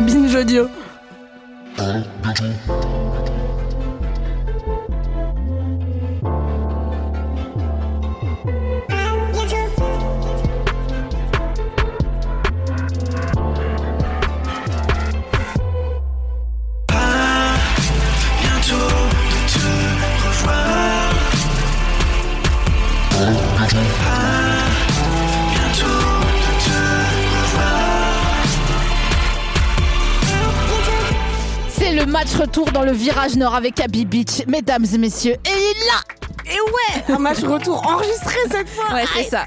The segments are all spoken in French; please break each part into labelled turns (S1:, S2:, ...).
S1: Binge audio.
S2: C'est le match retour dans le virage nord avec Abby Beach, mesdames et messieurs. Et il est là
S1: Un match retour enregistré cette fois.
S2: Ouais, c'est ça.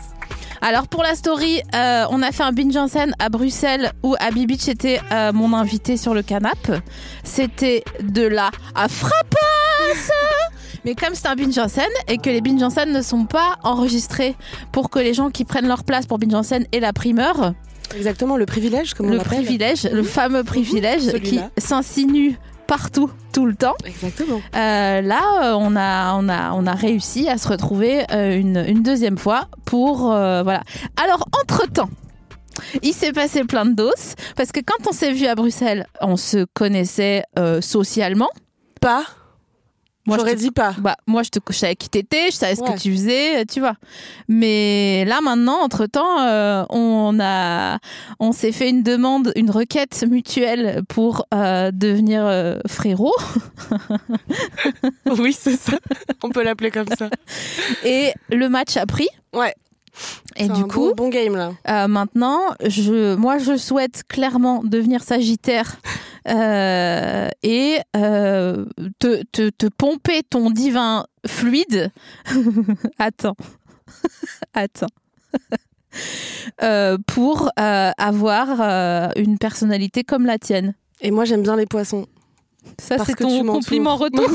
S2: Alors pour la story, euh, on a fait un binge en scène à Bruxelles où Abby Beach était euh, mon invité sur le canap. C'était de la à frappasse mais comme c'est un binge en scène et que les binge en scène ne sont pas enregistrés pour que les gens qui prennent leur place pour binge en scène aient la primeur,
S1: Exactement, le privilège, comme on
S2: le
S1: l'appelle.
S2: privilège, le fameux privilège qui
S1: celui-là.
S2: s'insinue partout, tout le temps.
S1: Exactement.
S2: Euh, là, euh, on a, on, a, on a réussi à se retrouver euh, une, une deuxième fois pour. euh, voilà. Alors, entre-temps. Il s'est passé plein de doses parce que quand on s'est vu à Bruxelles, on se connaissait euh, socialement.
S1: Pas.
S2: Moi,
S1: J'aurais
S2: je te-
S1: dit pas.
S2: Bah, moi, je te je savais qui t'étais, je savais ce
S1: Ouais.
S2: que tu faisais, euh, tu vois. Mais là, maintenant, entre temps, on a, on s'est fait une demande, une requête mutuelle pour euh, devenir euh, frérot.
S1: Oui, c'est ça. On peut l'appeler comme ça.
S2: Et le match a pris.
S1: Ouais.
S2: Et
S1: C'est
S2: du
S1: un
S2: coup,
S1: bon, bon game là.
S2: Euh, maintenant, je, moi, je souhaite clairement devenir Sagittaire euh, et euh, te, te, te pomper ton divin fluide. attends, attends. Euh, pour euh, avoir euh, une personnalité comme la tienne.
S1: Et moi, j'aime bien les poissons.
S2: Ça,
S1: Parce
S2: c'est
S1: que tu
S2: ton
S1: m'entoures.
S2: compliment retour.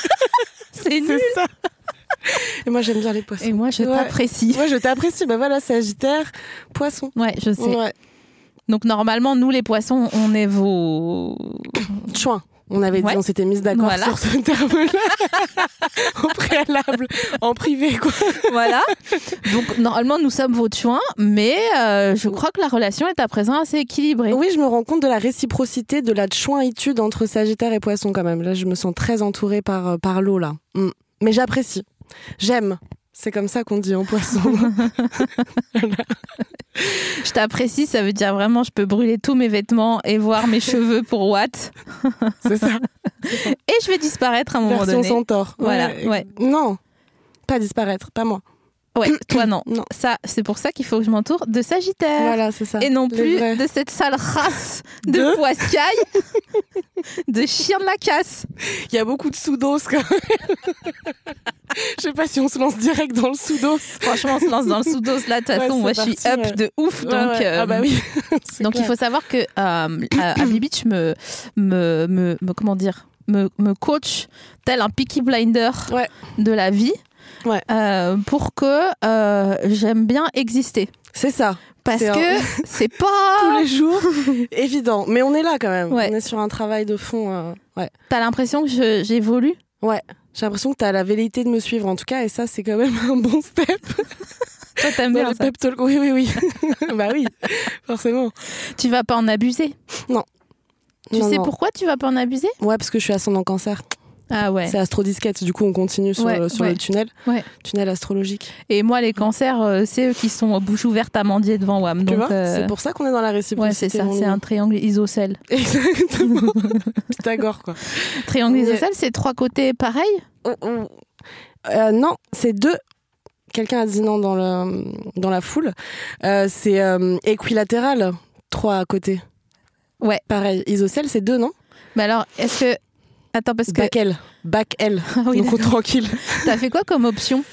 S2: c'est nul.
S1: ça. Et moi, j'aime bien les poissons.
S2: Et moi, je
S1: Ouais.
S2: t'apprécie.
S1: Moi, je t'apprécie. Bah voilà, Sagittaire, poisson.
S2: Ouais, je sais.
S1: Ouais.
S2: Donc, normalement, nous, les poissons, on est vos.
S1: Chouin. On avait dit,
S2: Ouais.
S1: on s'était mis d'accord
S2: Voilà.
S1: sur ce terme-là. Au préalable, en privé, quoi.
S2: voilà. Donc normalement nous sommes vos chouins, mais euh, je crois que la relation est à présent assez équilibrée.
S1: Oui, je me rends compte de la réciprocité, de la chouinitude entre Sagittaire et Poisson quand même. Là, je me sens très entourée par, euh, par l'eau, là. Mm. Mais j'apprécie. J'aime. C'est comme ça qu'on dit en poisson.
S2: Je t'apprécie, ça veut dire vraiment je peux brûler tous mes vêtements et voir mes cheveux pour Watt
S1: C'est ça.
S2: et je vais disparaître à un moment
S1: Version
S2: donné.
S1: centaure.
S2: Voilà, ouais.
S1: Non. Pas disparaître, pas moi.
S2: Ouais, toi non.
S1: Non.
S2: Ça c'est pour ça qu'il faut que je m'entoure de Sagittaire.
S1: Voilà, c'est ça.
S2: Euh, Et non
S1: Les
S2: plus
S1: vrais.
S2: de cette sale race de,
S1: De
S2: poiscaille, de chien de la casse.
S1: Il y a beaucoup de sous-dos quand même. Je sais pas si on se lance direct dans le sous-dos.
S2: Franchement, on se lance dans le sous-dos là. De toute
S1: Ouais,
S2: façon,
S1: c'est
S2: moi, je suis
S1: parti,
S2: up
S1: ouais.
S2: de ouf.
S1: Ouais,
S2: donc,
S1: ouais.
S2: euh,
S1: Ah bah oui. C'est
S2: Donc il
S1: clair.
S2: faut savoir que euh, euh, Abby Beach me, me, me, me- comment dire me, me coach tel un picky blinder
S1: Ouais.
S2: de la vie
S1: Ouais.
S2: euh, pour que euh, j'aime bien exister
S1: C'est ça.
S2: parce
S1: C'est un-
S2: que c'est
S1: Tous
S2: pas
S1: les jours. Évident. Mais on est là quand même.
S2: Ah. Ouais.
S1: On est sur un travail de fond. euh, Ouais.
S2: t'as l'impression que je- j'évolue
S1: J'ai l'impression que tu as la velléité de me suivre en tout cas, et ça, c'est quand même un bon step
S2: toi t'aimes
S1: dans
S2: bien
S1: les
S2: ça
S1: pep talks. Oui, oui, oui. bah oui, forcément.
S2: tu vas pas en abuser tu
S1: Non,
S2: sais
S1: non.
S2: pourquoi tu vas pas en abuser
S1: Ouais, parce que je suis ascendant cancer.
S2: ah ouais
S1: C'est astrodisquette, du coup, on continue sur,
S2: Ouais,
S1: le, sur
S2: ouais.
S1: le tunnel.
S2: Ouais.
S1: Tunnel astrologique.
S2: et moi les cancers euh, c'est eux qui sont bouche ouverte à mendier devant WAM
S1: tu
S2: donc
S1: vois
S2: euh,
S1: C'est pour ça qu'on est dans la réciprocité.
S2: ouais c'est ça
S1: mon
S2: c'est un
S1: mignon.
S2: triangle isocèle
S1: Exactement. Pythagore, quoi.
S2: triangle
S1: Mais-
S2: isocèle c'est trois côtés pareils
S1: Euh, non, c'est deux. Quelqu'un a dit non dans, le, dans la foule. Euh, c'est euh, équilatéral, trois à côté.
S2: Ouais.
S1: Pareil, isocèle, c'est deux, non
S2: Mais alors, est-ce que. Attends, parce que.
S1: Bac L. Bac L.
S2: Ah oui,
S1: Donc on tranquille.
S2: T'as fait quoi comme option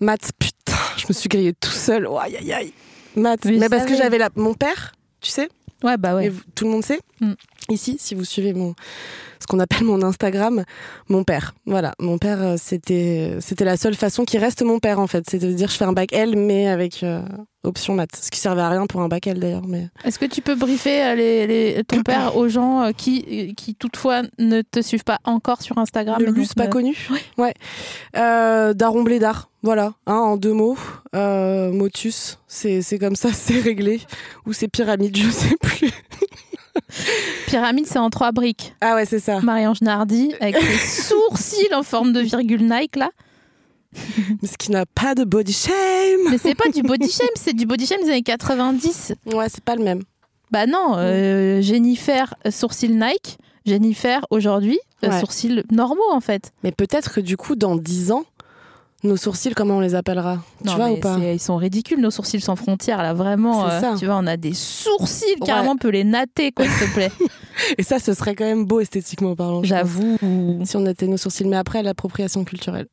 S1: Maths, putain, je me suis grillée tout seul. Oh, aïe, aïe, aïe. Maths.
S2: Mais
S1: Mais,
S2: je
S1: parce que
S2: savais.
S1: j'avais la... mon père, tu sais,
S2: Ouais, bah
S1: et
S2: ouais.
S1: vous- tout le monde sait.
S2: Mm.
S1: Ici, si vous suivez mon, ce qu'on appelle mon Instagram, mon père. Voilà, mon père, euh, c'était, c'était la seule façon qui reste mon père en fait. C'est-à-dire, je fais un bac L, mais avec euh, option maths. Ce qui servait à rien pour un bac L d'ailleurs. Mais
S2: Est-ce que tu peux briefer euh, les, les- ton père aux gens euh, qui, qui, toutefois, ne te suivent pas encore sur Instagram
S1: ne
S2: et donc
S1: l'use pas
S2: ne-
S1: connu. euh, Ouais. Euh, Daron Blédard, voilà, hein, en deux mots. Euh, Motus, c'est, c'est comme ça, c'est réglé. Ou c'est pyramide, je sais plus.
S2: Pyramide, c'est en trois briques.
S1: Ah ouais, c'est ça.
S2: Marie-Ange Nardi, avec ses sourcils en forme de virgule Nike, là.
S1: Mais ce qui n'a pas de body shame.
S2: Mais c'est pas du body shame, c'est du body shame des années 90.
S1: Ouais, c'est pas le même.
S2: Bah non, euh, Jennifer, euh, sourcil Nike. Jennifer, aujourd'hui, euh,
S1: Ouais.
S2: sourcils normaux, en fait.
S1: Mais peut-être que du coup, dans 10 ans, nos sourcils, comment on les appellera Tu
S2: Non,
S1: vois
S2: mais
S1: ou pas
S2: c'est- Ils sont ridicules, nos sourcils sans frontières, là, vraiment.
S1: C'est
S2: euh,
S1: ça.
S2: tu vois, on a des sourcils,
S1: Ouais.
S2: carrément, on peut les natter, quoi, s'il te plaît.
S1: Et ça, ce serait quand même beau esthétiquement parlant. je
S2: J'avoue.
S1: pense. Si on était nos sourcils, mais après, l'appropriation culturelle.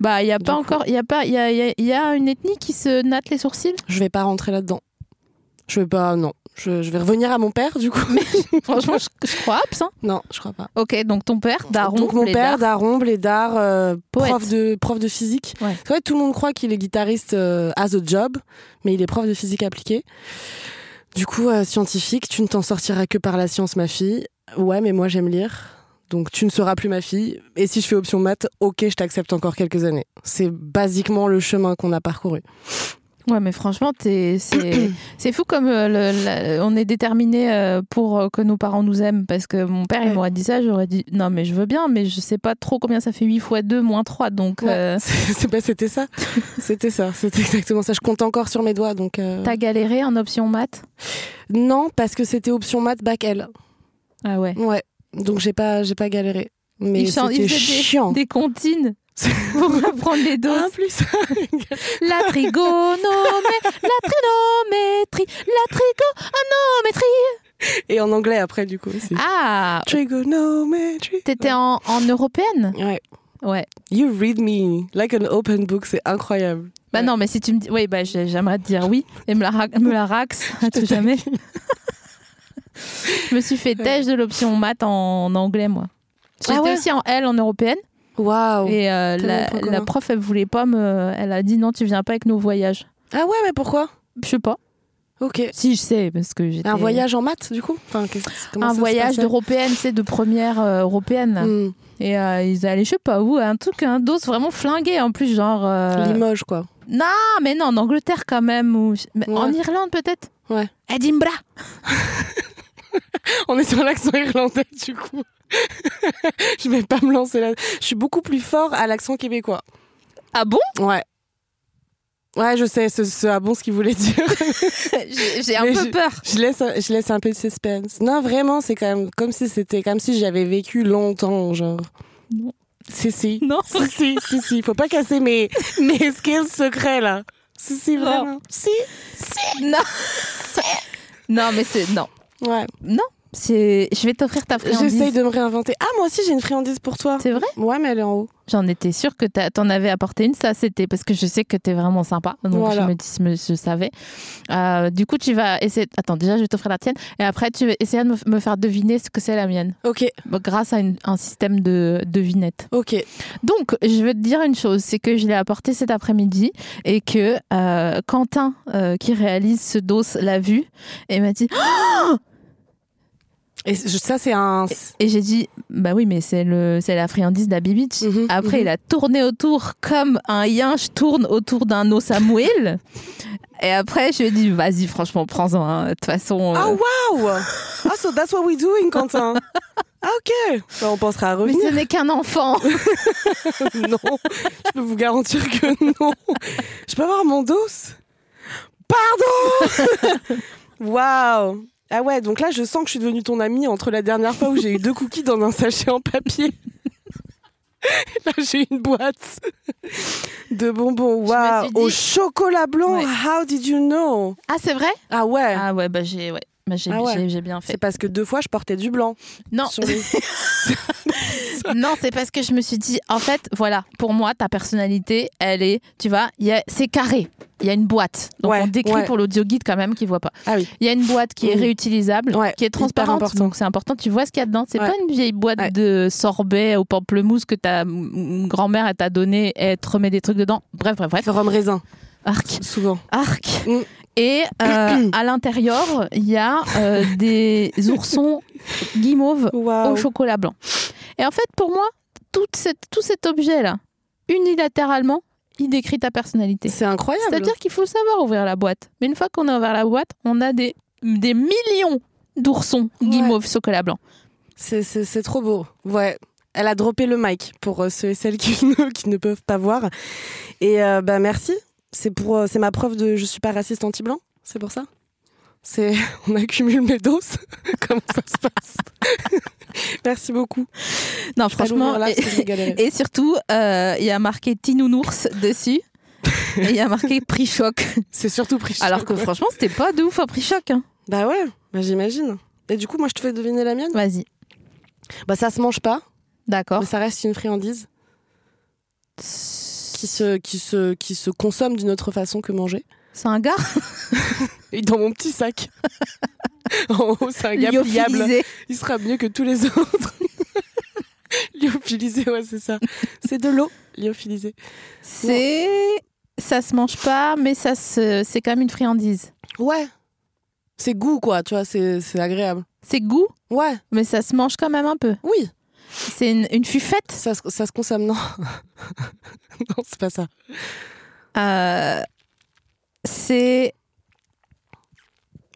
S2: Bah, il y a pas
S1: Du coup.
S2: encore. Il y a pas. Il y a, y a- y a une ethnie qui se natte les sourcils.
S1: Je vais pas rentrer là-dedans. Je vais pas, non. Je, je vais revenir à mon père, du coup.
S2: Franchement, je, je crois, abs, hein.
S1: Non, je crois pas.
S2: Ok, donc ton père, Daron,
S1: Donc mon père, Daron, Blédard, euh,
S2: Poète.
S1: prof, de, prof de physique.
S2: Ouais.
S1: C'est vrai, tout le monde croit qu'il est guitariste euh, à The Job, mais il est prof de physique appliquée. Du coup, euh, scientifique, tu ne t'en sortiras que par la science, ma fille. Ouais, mais moi j'aime lire. Donc tu ne seras plus ma fille. Et si je fais option maths, ok, je t'accepte encore quelques années. C'est basiquement le chemin qu'on a parcouru.
S2: Ouais, mais franchement, t'es- c'est c'est fou comme euh, le- la- on est déterminé euh, pour euh, que nos parents nous aiment. Parce que mon père, il
S1: Ouais.
S2: m'aurait dit ça, j'aurais dit non, mais je veux bien, mais je sais pas trop combien ça fait 8 fois 2 moins 3. Donc, euh,
S1: C'est c'est pas- c'était ça. C'était ça. C'était exactement ça. Je compte encore sur mes doigts. Donc euh,
S2: t'as galéré en option maths
S1: non, parce que c'était option maths bac L.
S2: Ah ouais.
S1: Ouais. Donc j'ai pas j'ai pas galéré. Mais
S2: il, chan- il
S1: c'était
S2: faisait des-
S1: chiant.
S2: des comptines pour apprendre les doses.
S1: Ah, plus.
S2: La trigonomé, la trigonométrie, la trigonométrie.
S1: Et en anglais après du coup aussi.
S2: Ah,
S1: Trigonometry.
S2: t'étais en, en européenne
S1: Ouais.
S2: Ouais.
S1: You read me like an open book, c'est incroyable.
S2: Bah
S1: Ouais.
S2: non, mais si tu me dis. Oui, bah j'ai- j'aimerais te dire oui. Et me la, ra- me la rax, à tout jamais. Je me suis fait têche de l'option maths en, anglais, moi. J'étais
S1: Ah ouais Oh.
S2: aussi en L en européenne.
S1: Waouh.
S2: et euh,
S1: tellement
S2: la,
S1: de points
S2: la
S1: communs.
S2: prof, elle voulait pas me. Elle a dit non, tu viens pas avec nos voyages.
S1: Ah ouais, mais pourquoi
S2: Je sais pas.
S1: Ok.
S2: Si, je sais, parce que j'étais.
S1: Un voyage en maths du coup. Enfin, qu'est-ce- comment
S2: Un
S1: ça se
S2: voyage
S1: passait
S2: d'européenne, c'est de première euh, européenne.
S1: Hmm.
S2: Et euh, ils allaient, je sais pas où, à un truc, un dos vraiment flingué en plus, genre. euh,
S1: Limoges quoi.
S2: Ah, mais non, en Angleterre quand même, ou mais
S1: Ouais.
S2: en Irlande peut-être
S1: Ouais.
S2: Edinburgh
S1: On est sur l'accent irlandais, du coup. je vais pas me lancer là. Je suis beaucoup plus fort à l'accent québécois.
S2: Ah bon
S1: Ouais. Ouais, je sais, ce, ce ah bon ce qu'il voulait dire.
S2: J'ai j'ai un
S1: Mais
S2: peu peur.
S1: je, laisse, un- je laisse un peu de suspense. Non, vraiment, c'est quand même comme si c'était comme si j'avais vécu longtemps, genre.
S2: Non.
S1: Si, si.
S2: Non
S1: Si, si, si, si. Faut pas casser mes, mes skills secrets, là. Si, si,
S2: Non.
S1: vraiment. Si.
S2: Non Non, mais c'est. Non.
S1: Ouais.
S2: C'est- Je vais t'offrir ta
S1: J'essaye
S2: friandise.
S1: de me réinventer. Ah, moi aussi, j'ai une friandise pour toi.
S2: C'est vrai
S1: Ouais, mais elle est en haut.
S2: J'en étais sûre que t'as- t'en avais apporté une, ça c'était parce que je sais que t'es vraiment sympa, donc
S1: Voilà.
S2: je me dis, je, me- je savais. Euh, du coup, tu vas essayer. Attends, déjà je vais t'offrir la tienne, et après tu vas essayer de me, me faire deviner ce que c'est la mienne,
S1: Ok,
S2: Bah, grâce à une- un système de devinettes.
S1: ok.
S2: Donc, je veux te dire une chose, c'est que je l'ai apporté cet après-midi et que euh, Quentin, euh, qui réalise ce dos, l'a vu et m'a dit.
S1: Et je- ça, c'est un.
S2: Et j'ai dit, bah oui, mais c'est le, c'est la friandise d'Abi Beach.
S1: Mhm,
S2: Après,
S1: mhm.
S2: il a tourné autour comme un yinche tourne autour d'un os Samuel. Et après, je lui ai dit, vas-y, franchement, prends-en. hein. De toute façon. euh,
S1: Oh wow! Ah, so that's what we doing, Quentin. Ah ok. Bah, on pensera à
S2: mais
S1: revenir.
S2: ce n'est qu'un enfant.
S1: non, je peux vous garantir que non. Je peux avoir mon dos Pardon. Waouh. Ah ouais, donc là, je sens que je suis devenue ton amie entre la dernière fois où j'ai eu deux cookies dans un sachet en papier. Là, j'ai une boîte de bonbons. Waouh,
S2: suis dit-
S1: au chocolat blanc.
S2: Ouais.
S1: How did you know?
S2: ah, c'est vrai
S1: Ah ouais,
S2: Ah ouais, bah j'ai, ouais. Bah, j'ai,
S1: Ah ouais.
S2: j'ai- j'ai bien
S1: c'est
S2: fait.
S1: parce que deux fois, je portais du blanc.
S2: Non,
S1: sur les-
S2: Non, c'est parce que je me suis dit, en fait, voilà, pour moi, ta personnalité, elle est, tu vois, il y a- c'est carré. Il y a une boîte. Donc
S1: Ouais,
S2: on décrit
S1: ouais.
S2: pour l'audio guide quand même qui voit pas.
S1: Ah oui.
S2: Il y a une boîte qui est
S1: Mhm.
S2: réutilisable,
S1: Ouais,
S2: qui est transparente.
S1: important.
S2: Donc c'est important. Tu vois ce qu'il y a dedans. C'est
S1: Ouais.
S2: pas une vieille boîte
S1: Ouais.
S2: de sorbet au pamplemousse que ta mm, mm, grand-mère elle t'a donné et elle te remet des trucs dedans. Bref, bref, bref.
S1: Rhum raisin,
S2: Arc,
S1: souvent.
S2: arc.
S1: Mhm.
S2: Et euh, à l'intérieur, il y a euh, des oursons guimauves
S1: Waouh.
S2: au chocolat blanc. Et en fait, pour moi, toute cette, tout cet objet-là, unilatéralement, il décrit ta personnalité.
S1: C'est incroyable.
S2: C'est-à-dire qu'il faut savoir ouvrir la boîte. Mais une fois qu'on a ouvert la boîte, on a des, des millions d'ourson guimauve chocolat blanc.
S1: C'est- C'est c'est trop beau. Ouais. Elle a droppé le mic pour euh, ceux et celles qui ne, qui ne peuvent pas voir. Et euh, bah merci. C'est pour euh, c'est ma preuve de je suis pas raciste anti-blanc. C'est pour ça. C'est on accumule mes doses. Comment ça se passe Merci beaucoup.
S2: Non,
S1: Je vais l'ouvrir
S2: Ah, franchement.
S1: là,
S2: et-
S1: parce que je vais galérer.
S2: Et surtout, euh, il y a marqué Tinounours dessus. Et il y a marqué prix choc.
S1: c'est surtout pris.
S2: Alors que franchement, c'était pas de ouf à prix choc. hein.
S1: bah ouais, bah j'imagine. Et du coup, moi, je te fais deviner la mienne.
S2: Vas-y.
S1: Bah ça se mange pas,
S2: D'accord.
S1: mais ça reste une friandise qui
S2: C'est
S1: se qui se qui se consomme d'une autre façon que manger.
S2: un gars
S1: Et dans mon petit sac. en haut, c'est un gars pliable.
S2: lyophilisé.
S1: Il sera mieux que tous les autres. lyophilisé, ouais, c'est ça. C'est de l'eau lyophilisée.
S2: C'est. Ça se mange pas, mais ça se... c'est quand même une friandise.
S1: Ouais. C'est goût, quoi, tu vois, c'est c'est agréable.
S2: C'est goût,
S1: Ouais,
S2: mais ça se mange quand même un peu.
S1: oui,
S2: C'est une, une fufette.
S1: ça, se- ça se consomme, non. non, c'est pas ça.
S2: Euh, C'est.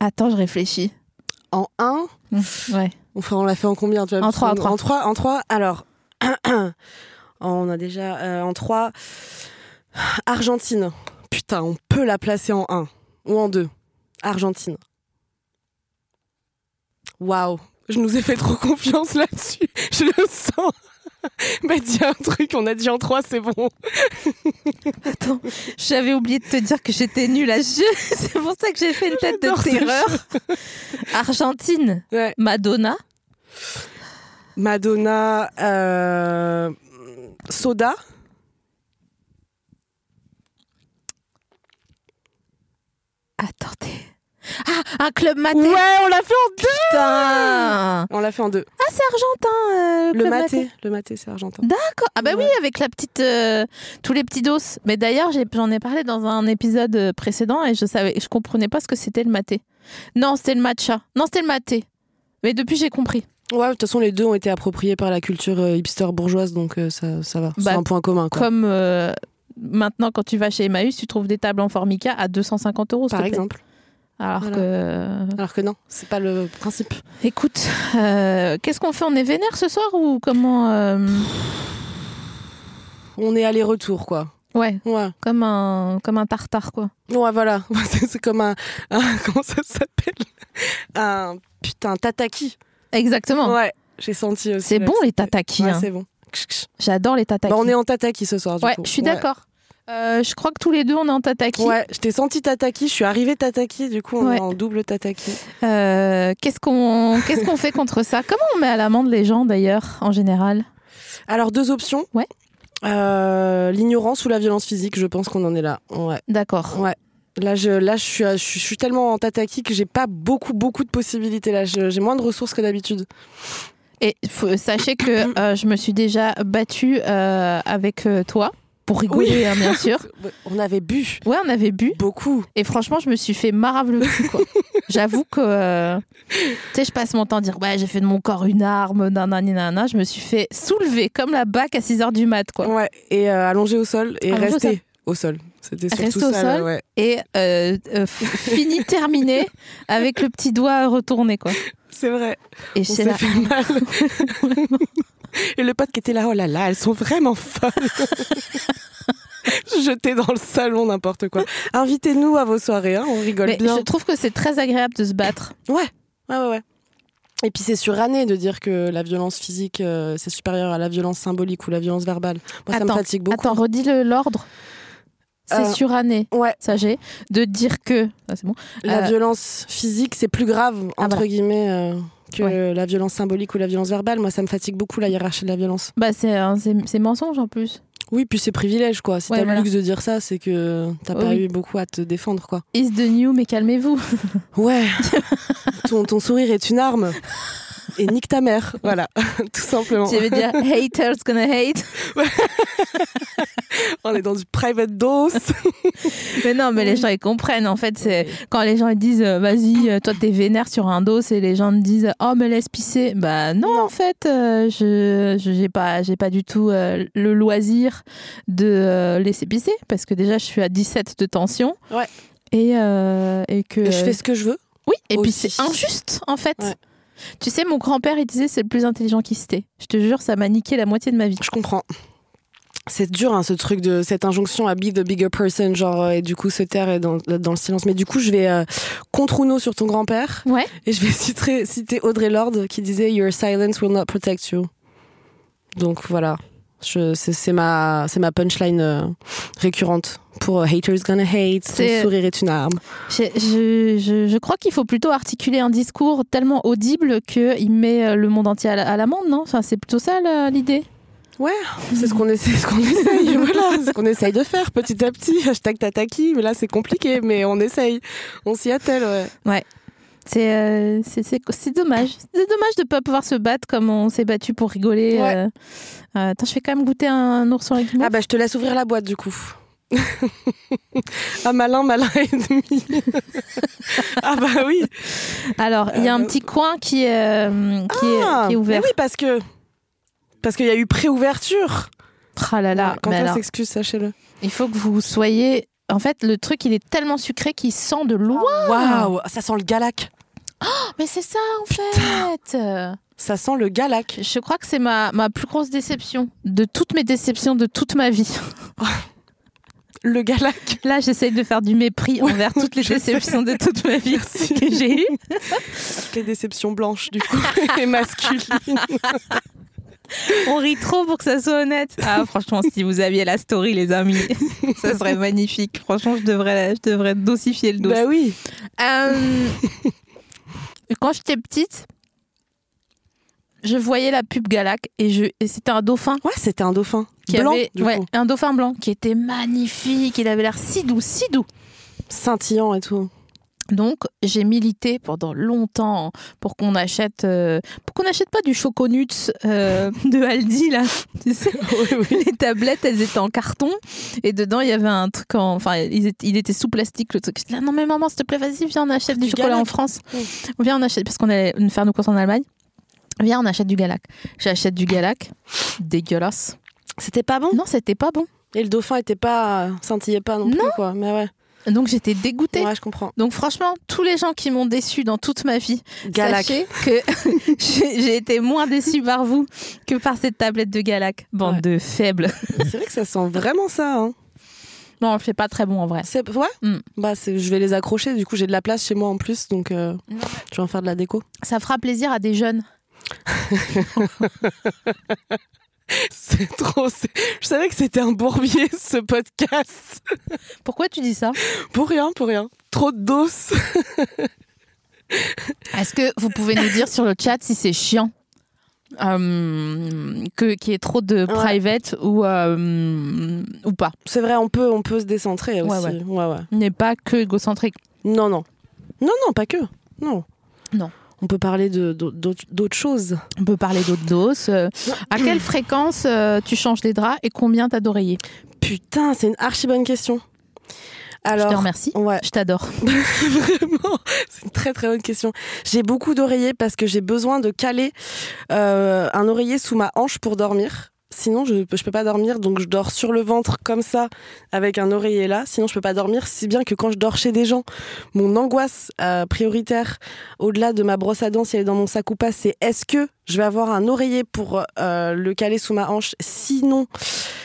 S2: Attends, je réfléchis.
S1: En 1,
S2: Mmh, Ouais.
S1: enfin, on l'a fait en combien, tu vois
S2: En
S1: parce
S2: trois, en
S1: qu'on-
S2: trois.
S1: En 3, en trois, alors. oh, on a déjà. euh, en 3. Argentine. Putain, on peut la placer en 1 ou en 2. Argentine. Waouh, je nous ai fait trop confiance là-dessus. Je le sens. Bah, dis un truc, on a dit en 3, c'est bon.
S2: Attends, j'avais oublié de te dire que j'étais nulle à ce jeu. C'est pour ça que j'ai fait une tête
S1: J'adore
S2: de
S1: ce
S2: terreur. Argentine,
S1: Ouais.
S2: Madonna,
S1: Madonna. euh, soda.
S2: attendez. Ah, un club maté.
S1: Ouais, on l'a fait en 2.
S2: Putain.
S1: On l'a fait en 2.
S2: Ah, c'est argentin. euh,
S1: Le
S2: club
S1: maté. Le maté, c'est argentin.
S2: D'accord. Ah bah oui, avec la petite, euh, tous les petits dos. Mais d'ailleurs, j'ai- j'en ai parlé dans un épisode euh, précédent et je savais, je comprenais pas ce que c'était le maté. Non, c'était le matcha. Non, c'était le maté. Mais depuis, j'ai compris.
S1: Ouais, de toute façon, les deux ont été appropriés par la culture euh, hipster bourgeoise, donc euh, ça, ça va.
S2: Bah,
S1: c'est un point commun, quoi.
S2: Comme euh, maintenant, quand tu vas chez Emmaüs, tu trouves des tables en formica à 250 euros. s'il
S1: Par
S2: te plaît. Hein.
S1: exemple.
S2: Alors
S1: Voilà.
S2: que.
S1: Alors que non, c'est pas le principe.
S2: Écoute, euh, qu'est-ce qu'on fait On est vénère ce soir ou comment euh,
S1: On est aller-retour, quoi.
S2: Ouais,
S1: Ouais.
S2: comme un, comme un tartare, quoi.
S1: Ouais, voilà. c'est c'est comme un, un- Comment ça s'appelle Un. Putain, tataki.
S2: Exactement.
S1: Ouais, j'ai senti aussi.
S2: Oh. c'est
S1: là,
S2: bon
S1: que
S2: les
S1: c'était-
S2: tataki.
S1: Ouais,
S2: hein.
S1: c'est bon. Kch, kch.
S2: J'adore les tataki.
S1: Bah, on est en tataki ce soir, du
S2: ouais,
S1: coup.
S2: je suis
S1: Ouais.
S2: d'accord. Euh, je crois que tous les deux, on est en tataki.
S1: Ouais, je t'ai senti tataki, je suis arrivée tataki, du coup, on
S2: Ouais.
S1: est en double tataki.
S2: Euh, qu'est-ce qu'on qu'est-ce qu'on fait contre ça Comment on met à l'amende les gens, d'ailleurs, en général
S1: Alors, deux options.
S2: Ouais.
S1: Euh, L'ignorance ou la violence physique, je pense qu'on en est là. Ouais.
S2: D'accord.
S1: Ouais. Là, je, là, je suis, à- je suis, je suis tellement en tataki que j'ai pas beaucoup, beaucoup de possibilités. Là, Je- j'ai moins de ressources que d'habitude.
S2: Et faut- sachez que euh, je me suis déjà battue euh, avec euh, toi, pour rigoler, hein, bien sûr.
S1: On avait bu
S2: Ouais, on avait bu.
S1: beaucoup.
S2: Et franchement, je me suis fait marave le cul, quoi. J'avoue que. euh, tu sais, je passe mon temps à dire Ouais, j'ai fait de mon corps une arme, nanani, nanana. Je me suis fait soulever comme la bac à 6 h du mat, quoi.
S1: Ouais. Et euh, allongé au sol et
S2: Allongé au
S1: resté au sol. C'était surtout
S2: Rester au
S1: ça.
S2: sol.
S1: là, ouais.
S2: Et euh, euh, f- fini, terminé, avec le petit doigt retourné, quoi.
S1: C'est vrai.
S2: Et
S1: On
S2: c'est
S1: s'est
S2: là.
S1: fait mal. et le pote qui était là, oh là là, elles sont vraiment folles. Jeté dans le salon, n'importe quoi. Invitez-nous à vos soirées, hein, on rigole
S2: Mais
S1: bien.
S2: je trouve que c'est très agréable de se battre.
S1: Ouais, ouais, ouais. Et puis c'est suranné de dire que la violence physique, euh, c'est supérieur à la violence symbolique ou la violence verbale. Moi, ça me
S2: Attends,
S1: fatigue beaucoup.
S2: Attends, redis le- l'ordre. C'est
S1: Euh,
S2: suranné,
S1: Ouais,
S2: sachez, de dire que. Ah, c'est bon.
S1: la
S2: Euh,
S1: violence physique, c'est plus grave, entre
S2: Ah, voilà.
S1: guillemets, euh, que la violence symbolique ou la violence verbale. Moi, ça me fatigue beaucoup, la hiérarchie de la violence.
S2: Bah, c'est un- c'est- c'est mensonge en plus.
S1: Oui, puis c'est privilège, quoi. Si
S2: Ouais,
S1: t'as
S2: voilà.
S1: le luxe de dire ça, c'est que t'as
S2: Oh
S1: pas
S2: oui.
S1: eu beaucoup à te défendre, quoi.
S2: Is the new, mais calmez-vous.
S1: Ouais, ton, ton sourire est une arme. Et nique ta mère, voilà, tout simplement.
S2: Je vais dire haters gonna hate.
S1: On est dans du private dose.
S2: Mais non, mais les gens ils comprennent. En fait, c'est quand les gens ils disent euh, vas-y, euh, toi t'es vénère sur un dos, et les gens te disent oh mais laisse pisser. Bah non, en fait, euh, je je- j'ai pas j'ai pas du tout euh, le loisir de euh, laisser pisser parce que déjà je suis à 17 de tension.
S1: Ouais.
S2: Et euh, et que
S1: Et je fais ce que je veux.
S2: Oui. Et puis
S1: Aussi.
S2: c'est injuste, en fait.
S1: Ouais.
S2: Tu sais, mon grand-père, il disait c'est le plus intelligent qui se tait. Je te jure, ça m'a niqué la moitié de ma vie.
S1: Je comprends. C'est dur, hein, ce truc de cette injonction à be the bigger person, genre, euh, et du coup se taire et dans, dans le silence. Mais du coup, je vais euh, contre Uno sur ton grand-père
S2: Ouais.
S1: et je vais citer, citer Audrey Lorde qui disait Your silence will not protect you. Donc voilà, Je- c'est c'est ma, c'est ma punchline euh, récurrente pour euh, Haters Gonna Hate,
S2: C'est-
S1: son sourire est une arme.
S2: Je, je- je- je crois qu'il faut plutôt articuler un discours tellement audible qu'il met euh, le monde entier à la- à l'amende, non Enfin, c'est plutôt ça la- l'idée.
S1: Ouais, c'est ce qu'on essaie, ce qu'on essaye, voilà, c'est ce qu'on essaye de faire petit à petit. Hashtag Tataki, mais là c'est compliqué, mais on essaye, on s'y attelle, ouais.
S2: C'est euh, c'est- c'est- c'est dommage. C'est dommage de ne pas pouvoir se battre comme on s'est battu pour rigoler.
S1: Ouais.
S2: euh. Euh, attends, je vais quand même goûter un ourson avec
S1: Ah bah je te laisse ouvrir la boîte du coup. ah malin, malin et demi. ah bah oui.
S2: Alors, il y a
S1: Ah
S2: un
S1: bah-
S2: petit coin qui, est, euh, qui, est-
S1: Ah,
S2: qui est ouvert.
S1: mais oui parce que parce qu'il y a eu pré-ouverture.
S2: Ah là là,
S1: Quand
S2: mais
S1: on
S2: alors,
S1: s'excuse, sachez-le.
S2: il faut que vous soyez... En fait, le truc, il est tellement sucré qu'il sent de loin.
S1: Ah. Waouh, ça sent le galac.
S2: Mais c'est ça, en fait
S1: Ça sent le galac.
S2: Je crois que c'est ma, ma plus grosse déception de toutes mes déceptions de toute ma vie.
S1: Le galac.
S2: Là, j'essaye de faire du mépris envers toutes les
S1: je sais.
S2: déceptions de toute ma vie
S1: Merci.
S2: que j'ai eues.
S1: Les déceptions blanches du coup et masculines.
S2: On rit trop pour que ça soit honnête. Ah, franchement, si vous aviez la story, les amis, ça serait magnifique. Franchement, je devrais, je devrais dosifier le dos.
S1: bah oui.
S2: Euh, quand j'étais petite, je voyais la pub Galac et, je- et c'était un dauphin
S1: Ouais, c'était un dauphin
S2: qui
S1: blanc
S2: avait
S1: du
S2: ouais,
S1: coup,
S2: un dauphin blanc qui était magnifique. Il avait l'air si doux, si doux.
S1: scintillant et tout.
S2: Donc j'ai milité pendant longtemps pour qu'on achète euh, pour qu'on n'achète pas du choconuts euh, de Aldi là. Tu sais, les tablettes elles étaient en carton et dedans il y avait un truc en enfin ils étaient- il était sous plastique le truc. J'étais là non mais maman s'il te plaît vas-y viens on achète du,
S1: Ah, Du
S2: chocolat en
S1: Galac.
S2: France.
S1: Oui.
S2: On Viens on achète parce qu'on allait faire nos courses en Allemagne. Viens on achète du Galac. J'achète du Galac. Dégueulasse.
S1: C'était pas bon.
S2: Non c'était pas bon.
S1: Et le dauphin était pas scintillait pas non, plus quoi. Mais ouais.
S2: Donc j'étais dégoûtée.
S1: Ouais, je comprends.
S2: Donc franchement, tous les gens qui m'ont déçu dans toute ma vie,
S1: Galac.
S2: Sachez que j'ai j'ai été moins déçue par vous que par cette tablette de Galac. Bande
S1: Ouais.
S2: de faibles.
S1: C'est vrai que ça sent vraiment ça. Hein.
S2: Non, c'est pas très bon en vrai.
S1: C'est ouais.
S2: Mm.
S1: Bah c'est- je vais les accrocher. Du coup j'ai de la place chez moi en plus, donc euh,
S2: Non, mais-
S1: je vais en faire de la déco.
S2: Ça fera plaisir à des jeunes.
S1: C'est trop. c'est- Je savais que c'était un bourbier ce podcast.
S2: Pourquoi tu dis ça
S1: Pour rien, pour rien. Trop de dos.
S2: Est-ce que vous pouvez nous dire sur le chat si c'est chiant euh, que qu'il y ait trop de private ou, euh, ou pas
S1: C'est vrai, on peut, on peut se décentrer
S2: Ouais,
S1: aussi.
S2: ouais.
S1: ouais.
S2: Il n'est pas que égocentrique.
S1: Non, non, non, non, pas que. Non.
S2: Non.
S1: On peut parler de d'au- d'autres d'autres choses.
S2: On peut parler d'autres doses. euh, à quelle fréquence euh, tu changes les draps et combien t'as d'oreillers
S1: Putain, c'est une archi bonne question.
S2: Je te
S1: Alors,
S2: remercie.
S1: ouais.
S2: Je t'adore.
S1: Vraiment, c'est une très très bonne question. J'ai beaucoup d'oreillers parce que j'ai besoin de caler euh, un oreiller sous ma hanche pour dormir. Sinon, je je peux pas dormir, donc je dors sur le ventre comme ça, avec un oreiller là. Sinon, je peux pas dormir, si bien que quand je dors chez des gens, mon angoisse euh, prioritaire, au-delà de ma brosse à dents, si elle est dans mon sac ou pas, c'est est-ce que je vais avoir un oreiller pour euh, le caler sous ma hanche Sinon,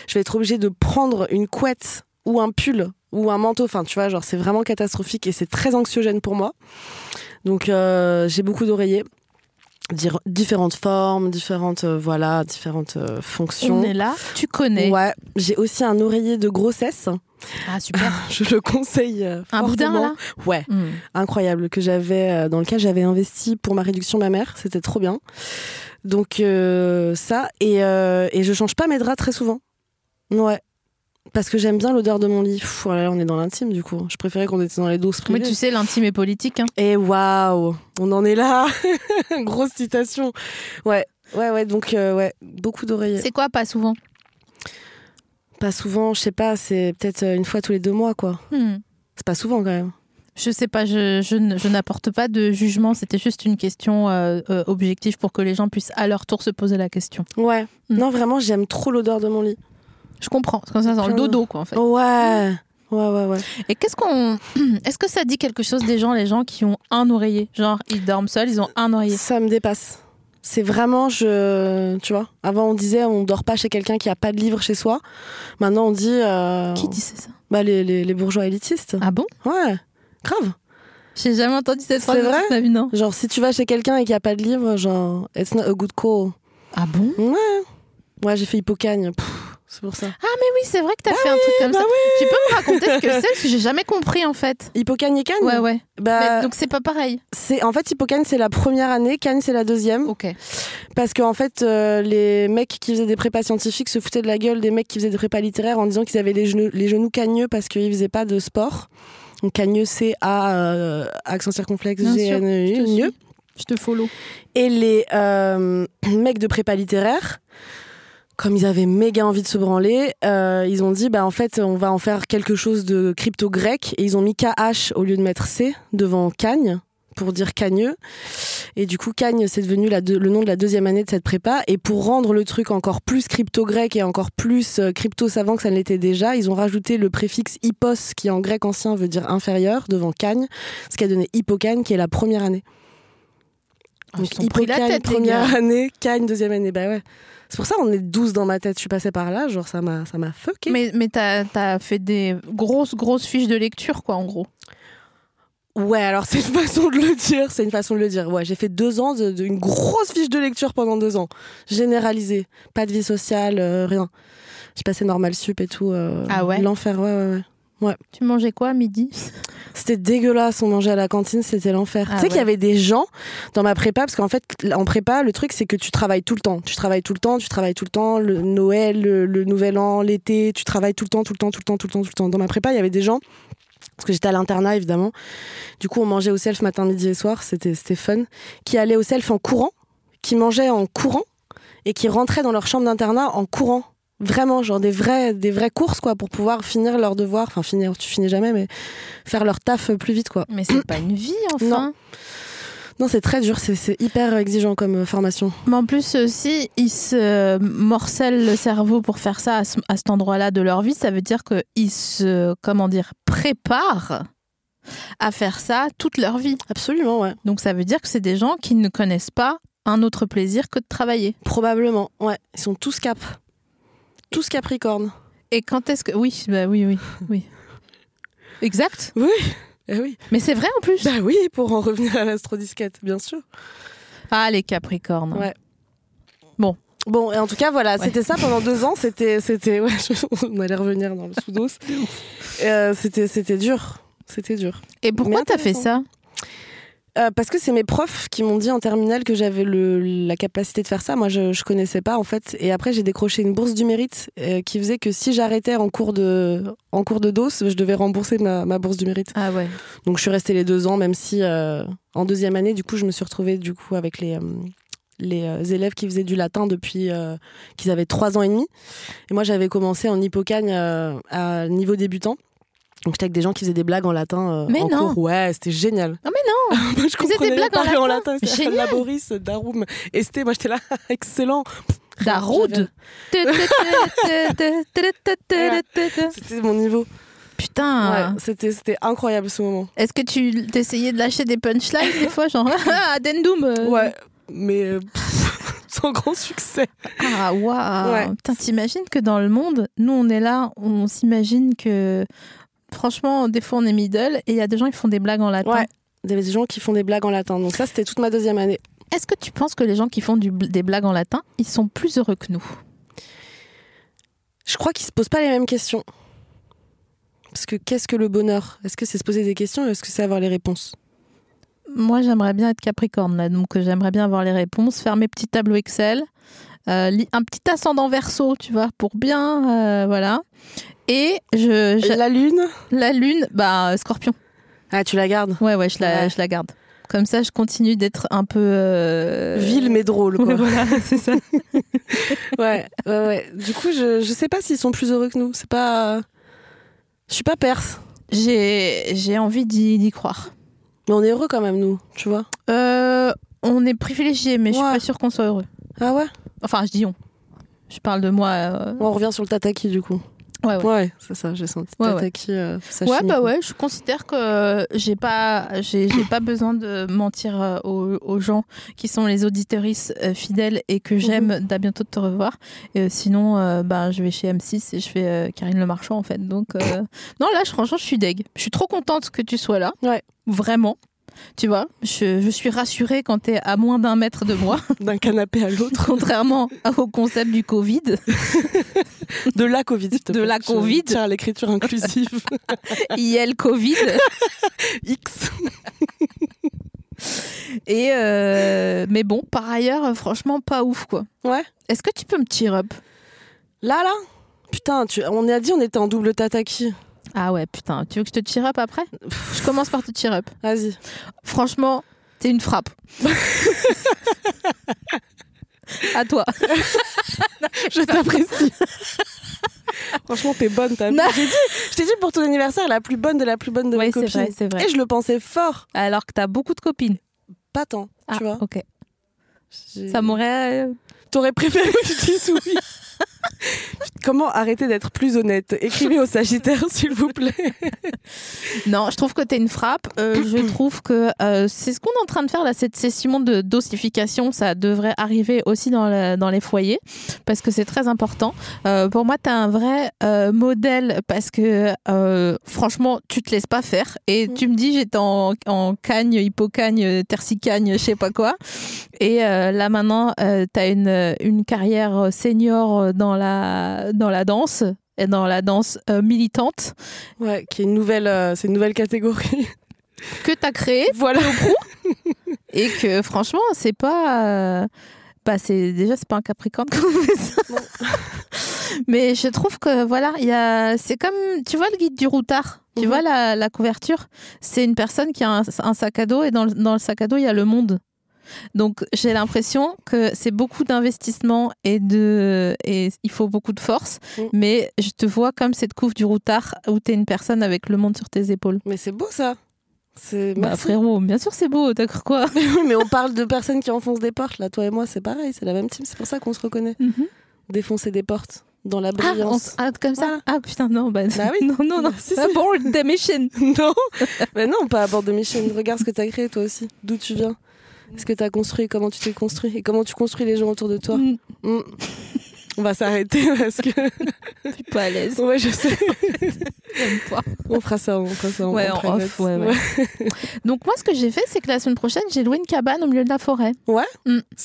S1: je vais être obligée de prendre une couette ou un pull ou un manteau. Enfin, tu vois, genre, c'est vraiment catastrophique et c'est très anxiogène pour moi. Donc, euh, j'ai beaucoup d'oreillers. Dire différentes formes, différentes, euh, voilà, différentes euh, fonctions.
S2: On est là. Tu connais.
S1: Ouais, j'ai aussi un oreiller de grossesse.
S2: Ah super.
S1: Je le conseille. euh,
S2: Un boudin
S1: fortement.
S2: là Hmm.
S1: Ouais, incroyable que j'avais euh, dans lequel j'avais investi pour ma réduction mammaire. C'était trop bien. Donc euh, ça et, euh, et je change pas mes draps très souvent. Ouais. Parce que j'aime bien l'odeur de mon lit. Pff, oh là là, on est dans l'intime du coup. Je préférais qu'on était dans les douces
S2: Mais
S1: privées.
S2: tu sais, l'intime est politique. hein.
S1: Et waouh, on en est là. Grosse citation. Ouais, ouais, ouais. Donc euh, ouais, beaucoup d'oreillers.
S2: C'est quoi, pas souvent
S1: Pas souvent, je sais pas. C'est peut-être euh, une fois tous les deux mois quoi.
S2: Hmm.
S1: C'est pas souvent quand même.
S2: Je sais pas, je, je n- je n'apporte pas de jugement. C'était juste une question euh, euh, objective pour que les gens puissent à leur tour se poser la question.
S1: Ouais.
S2: Mm.
S1: Non vraiment, j'aime trop l'odeur de mon lit.
S2: Euh, Je comprends. Parce que ça sent le dodo, quoi, en fait. Mm.
S1: Ouais. Ouais, ouais, ouais.
S2: Et qu'est-ce qu'on. Est-ce que ça dit quelque chose des gens, les gens qui ont un oreiller Genre, ils dorment seuls, ils ont un oreiller.
S1: Ça me dépasse. C'est vraiment, je, tu vois, avant on disait on dort pas chez quelqu'un qui a pas de livre chez soi. Maintenant on dit. euh,
S2: Qui disait ça
S1: bah, les, les- les bourgeois élitistes.
S2: Ah bon
S1: Ouais, grave.
S2: J'ai jamais entendu cette
S1: C'est
S2: phrase de
S1: vrai
S2: toute ma vie, non.
S1: Genre, si tu vas chez quelqu'un et qu'il n'y a pas de livre, genre, it's not a good call.
S2: Ah bon
S1: Ouais. Ouais, j'ai fait hippocagne. Pff, C'est pour ça.
S2: Ah mais oui, c'est vrai que t'as fait un truc comme
S1: bah
S2: ça. Tu peux me raconter ce que c'est Parce que j'ai jamais compris en fait.
S1: Hippocagne et cagne
S2: Ouais, ouais.
S1: Bah,
S2: Mais donc c'est pas pareil.
S1: c'est, en fait, hippocagne, c'est la première année, cagne, c'est la deuxième.
S2: Ok.
S1: Parce qu'en fait, euh, les mecs qui faisaient des prépas scientifiques se foutaient de la gueule des mecs qui faisaient des prépas littéraires en disant qu'ils avaient les genoux, les genoux cagneux parce qu'ils faisaient pas de sport. Donc, cagneux, c'est A, euh, accent circonflexe,
S2: Bien
S1: G,
S2: sûr,
S1: N,
S2: Je
S1: E,
S2: te, suis.
S1: mieux.
S2: Je te follow.
S1: Et les euh, mecs de prépa littéraire, comme ils avaient méga envie de se branler, euh, ils ont dit bah en fait on va en faire quelque chose de crypto grec et ils ont mis KH au lieu de mettre C devant Cagne pour dire cagneux. Et du coup, Cagne, c'est devenu la deux- le nom de la deuxième année de cette prépa. Et pour rendre le truc encore plus crypto-grec et encore plus euh, crypto-savant que ça ne l'était déjà, ils ont rajouté le préfixe hypos, qui en grec ancien veut dire inférieur, devant Cagne, ce qui a donné hippocagne, qui est la première année.
S2: Ah,
S1: Donc
S2: ils se sont pris la
S1: Hippocagne,
S2: tête, les
S1: première
S2: gars.
S1: année, Cagne, deuxième année. Bah ouais. C'est pour ça on est 12 dans ma tête. Je suis passée par là, genre ça m'a ça m'a fucké.
S2: Mais, mais t'as t'as fait des grosses, grosses fiches de lecture, quoi, en gros.
S1: Ouais, alors c'est une façon de le dire, c'est une façon de le dire. Ouais, j'ai fait deux ans d'une grosse fiche de lecture pendant deux ans, généralisée, pas de vie sociale, euh, rien. J'ai passé normal sup et tout. euh,
S2: Ah ouais
S1: L'enfer, ouais, ouais, ouais.
S2: Tu mangeais quoi à midi
S1: C'était dégueulasse, on mangeait à la cantine, c'était l'enfer.
S2: Ah
S1: tu sais qu'il y
S2: ouais.
S1: avait des gens dans ma prépa, parce qu'en fait, en prépa, le truc, c'est que tu travailles tout le temps. Tu travailles tout le temps, tu travailles tout le temps, le Noël, le, le Nouvel An, l'été, tu travailles tout le temps, tout le temps, tout le temps, tout le temps, tout le temps. Dans ma prépa, il y avait des gens, parce que j'étais à l'internat, évidemment. Du coup, on mangeait au self matin, midi et soir, c'était c'était fun, qui allaient au self en courant, qui mangeaient en courant, et qui rentraient dans leur chambre d'internat en courant. Vraiment, genre des vraies, des vraies courses, quoi, pour pouvoir finir leurs devoirs. Enfin, finir, tu finis jamais, mais faire leur taf euh, plus vite, quoi.
S2: Mais c'est pas une vie, enfin.
S1: Non. Non, c'est très dur, c'est- c'est hyper exigeant comme euh, formation.
S2: Mais en plus, euh, si ils se morcellent le cerveau pour faire ça à, ce- à cet endroit-là de leur vie, ça veut dire qu'ils se, comment dire, préparent à faire ça toute leur vie.
S1: Absolument, ouais.
S2: Donc ça veut dire que c'est des gens qui ne connaissent pas un autre plaisir que de travailler.
S1: Probablement, ouais. Ils sont tous cap. Tous capricorne.
S2: Et quand est-ce que... Oui, bah oui, oui, oui. Exact.
S1: Eh oui.
S2: Mais c'est vrai en plus.
S1: Bah oui, pour en revenir à l'astrodisquette, bien sûr.
S2: Ah, les Capricornes.
S1: Ouais. Bon, et en tout cas, voilà,
S2: Ouais.
S1: c'était ça pendant deux ans. C'était, c'était, ouais, je- on allait revenir dans le sous-dos. Euh, c'était, c'était dur. C'était dur.
S2: Et pourquoi
S1: Mais
S2: t'as fait ça
S1: Euh, parce que c'est mes profs qui m'ont dit en terminale que j'avais le, la capacité de faire ça. Moi, je, je connaissais pas en fait. Et après, j'ai décroché une bourse du mérite euh, qui faisait que si j'arrêtais en cours de en cours de dos, je devais rembourser ma, ma bourse du mérite.
S2: Ah ouais.
S1: Donc, je suis restée les deux ans, même si euh, en deuxième année, du coup, je me suis retrouvée du coup avec les euh, les euh, élèves qui faisaient du latin depuis euh, qu'ils avaient trois ans et demi. Et moi, j'avais commencé en hippocagne euh, à niveau débutant. Donc, j'étais avec des gens qui faisaient des blagues en latin. euh,
S2: Mais
S1: en
S2: non.
S1: cours. Ouais, c'était génial.
S2: Non mais non,
S1: Moi, je
S2: Vous êtes des
S1: comprenais rien,
S2: blagues en
S1: parlait
S2: latin.
S1: c'était
S2: Génial.
S1: Laboris, Darum, Esté. Moi, j'étais là, excellent.
S2: Darude. Ah.
S1: C'était mon niveau.
S2: Putain.
S1: Ouais, c'était, c'était incroyable ce moment.
S2: Est-ce que tu t'essayais de lâcher des punchlines des fois, genre ah, addendum euh,
S1: Ouais, mais euh, pff, sans grand succès.
S2: Ah waouh.
S1: Ouais.
S2: Putain, t'imagines que dans le monde, nous on est là, on s'imagine que franchement, des fois on est middle et il y a des gens qui font des blagues en latin.
S1: Ouais. Il y avait des gens qui font des blagues en latin. Donc ça, c'était toute ma deuxième année.
S2: Est-ce que tu penses que les gens qui font du- des blagues en latin, ils sont plus heureux que nous
S1: Je crois qu'ils se posent pas les mêmes questions. Parce que qu'est-ce que le bonheur Est-ce que c'est se poser des questions ou est-ce que c'est avoir les réponses
S2: Moi, j'aimerais bien être Capricorne là, donc euh, j'aimerais bien avoir les réponses, faire mes petits tableaux Excel, euh, li- un petit ascendant verso, tu vois, pour bien, euh, voilà. Et je, je-
S1: La lune
S2: la lune, bah euh, Scorpion.
S1: Ah, tu la gardes.
S2: Ouais, ouais, je la,
S1: Ouais.
S2: je la garde. Comme ça, je continue d'être un peu. euh,
S1: Ville mais drôle,
S2: Ouais,
S1: quoi.
S2: voilà, c'est ça.
S1: Ouais, ouais, ouais. Du coup, je, je sais pas s'ils sont plus heureux que nous. C'est pas. Je suis pas perse.
S2: J'ai j'ai envie d'y d'y croire.
S1: Mais on est heureux quand même, nous, tu vois.
S2: Euh, on est privilégié, mais je suis
S1: Ouais.
S2: pas sûre qu'on soit heureux.
S1: Ah ouais
S2: Enfin, je dis on. Je parle de moi. euh,
S1: On revient sur le tataki, du coup.
S2: Ouais, ouais.
S1: Ouais, c'est ça, j'ai senti.
S2: Ouais,
S1: T'as
S2: ouais.
S1: attaqué, euh, sa
S2: Ouais,
S1: chimie,
S2: bah
S1: quoi.
S2: ouais, je considère que euh, j'ai pas, j'ai j'ai pas besoin de mentir euh, aux, aux gens qui sont les auditrices euh, fidèles et
S1: Mhm.
S2: que j'aime d'à bientôt de te revoir. Et, euh, sinon, euh, bah, je vais chez M6 et je fais euh, Karine Le Marchand en fait. Donc, euh, non, là, je- franchement, je suis deg. Je suis trop contente que tu sois là.
S1: Ouais.
S2: Vraiment. Tu vois, je, je suis rassurée quand t'es à moins d'un mètre de moi,
S1: D'un canapé à l'autre.
S2: contrairement au concept du Covid.
S1: De la Covid, s'il te
S2: De
S1: plaît.
S2: la
S1: Je
S2: Covid.
S1: tiens à l'écriture inclusive.
S2: IL Covid.
S1: X.
S2: Et euh, mais bon, par ailleurs, euh, franchement, pas ouf quoi.
S1: Ouais.
S2: Est-ce que tu peux me tirer up
S1: Là, là Putain, tu... on a dit on était en double tataki.
S2: Ah ouais, putain, tu veux que je te cheer up après Je commence par te cheer up.
S1: Vas-y.
S2: Franchement, t'es une frappe. à toi.
S1: Je t'apprécie.
S2: Ah,
S1: Franchement, t'es bonne, t'as vu.
S2: Non.
S1: J'ai dit- Je t'ai dit pour ton anniversaire, la plus bonne de la plus bonne de mes
S2: Oui, c'est
S1: copines.
S2: vrai, c'est vrai.
S1: Et je le pensais fort.
S2: Alors que t'as beaucoup de copines.
S1: Pas tant,
S2: Ah,
S1: tu vois.
S2: ok.
S1: J'ai-
S2: Ça m'aurait. euh,
S1: T'aurais préféré que je dise oui. Comment arrêter d'être plus honnête Écrivez au Sagittaire, s'il vous plaît.
S2: Non, je trouve que t'es une frappe. Euh, je trouve que euh, c'est ce qu'on est en train de faire là, cette session de dosification. Ça devrait arriver aussi dans, la- dans les foyers parce que c'est très important. Euh, pour moi, t'es un vrai euh, modèle parce que euh, franchement, tu te laisses pas faire. Et tu me dis, j'étais en, en cagne, hypocagne, tercicagne, je sais pas quoi. Et euh, là maintenant, euh, t'as une, une carrière senior dans la, dans la danse et dans la danse euh, militante
S1: Ouais, qui est une nouvelle, euh, c'est une nouvelle catégorie.
S2: que t'as créée.
S1: Voilà.
S2: et que franchement c'est pas euh, bah c'est déjà c'est pas un capricorne quand on fait ça mais je trouve que voilà il y a c'est comme tu vois le guide du routard tu
S1: Mhm.
S2: vois la, la couverture c'est une personne qui a un, un sac à dos et dans le, dans le sac à dos il y a le monde donc j'ai l'impression que c'est beaucoup d'investissement et de et il faut beaucoup de force
S1: Mhm.
S2: mais je te vois comme cette couve du routard où t'es une personne avec le monde sur tes épaules
S1: Mais c'est beau ça. C'est
S2: bah
S1: Merci.
S2: frérot bien sûr c'est beau t'as cru quoi
S1: Mais oui, mais on parle de personnes qui enfoncent des portes. Là, toi et moi, c'est pareil, c'est la même team. C'est pour ça qu'on se reconnaît. Défoncer des portes dans la
S2: Ah, on
S1: brillance.
S2: s- ah, comme ça
S1: Voilà.
S2: Ah putain, non, bah,
S1: Bah oui.
S2: non, non, Ah, non.
S1: Si, si.
S2: Abort the mission.
S1: Non, mais Bah non, pas à bord de Michel. Regarde ce que t'as créé toi aussi. D'où tu viens, ce que t'as construit, comment tu t'es construit et comment tu construis les gens autour de toi.
S2: Mm,
S1: Mm. On va s'arrêter parce que
S2: Je suis pas à l'aise,
S1: ouais, je sais.
S2: j'aime pas.
S1: On fera ça, on fera ça. en-
S2: Ouais,
S1: en
S2: en
S1: private.
S2: off, ouais, ouais. Donc moi, ce que j'ai fait, c'est que la semaine prochaine, j'ai loué une cabane au milieu de la forêt.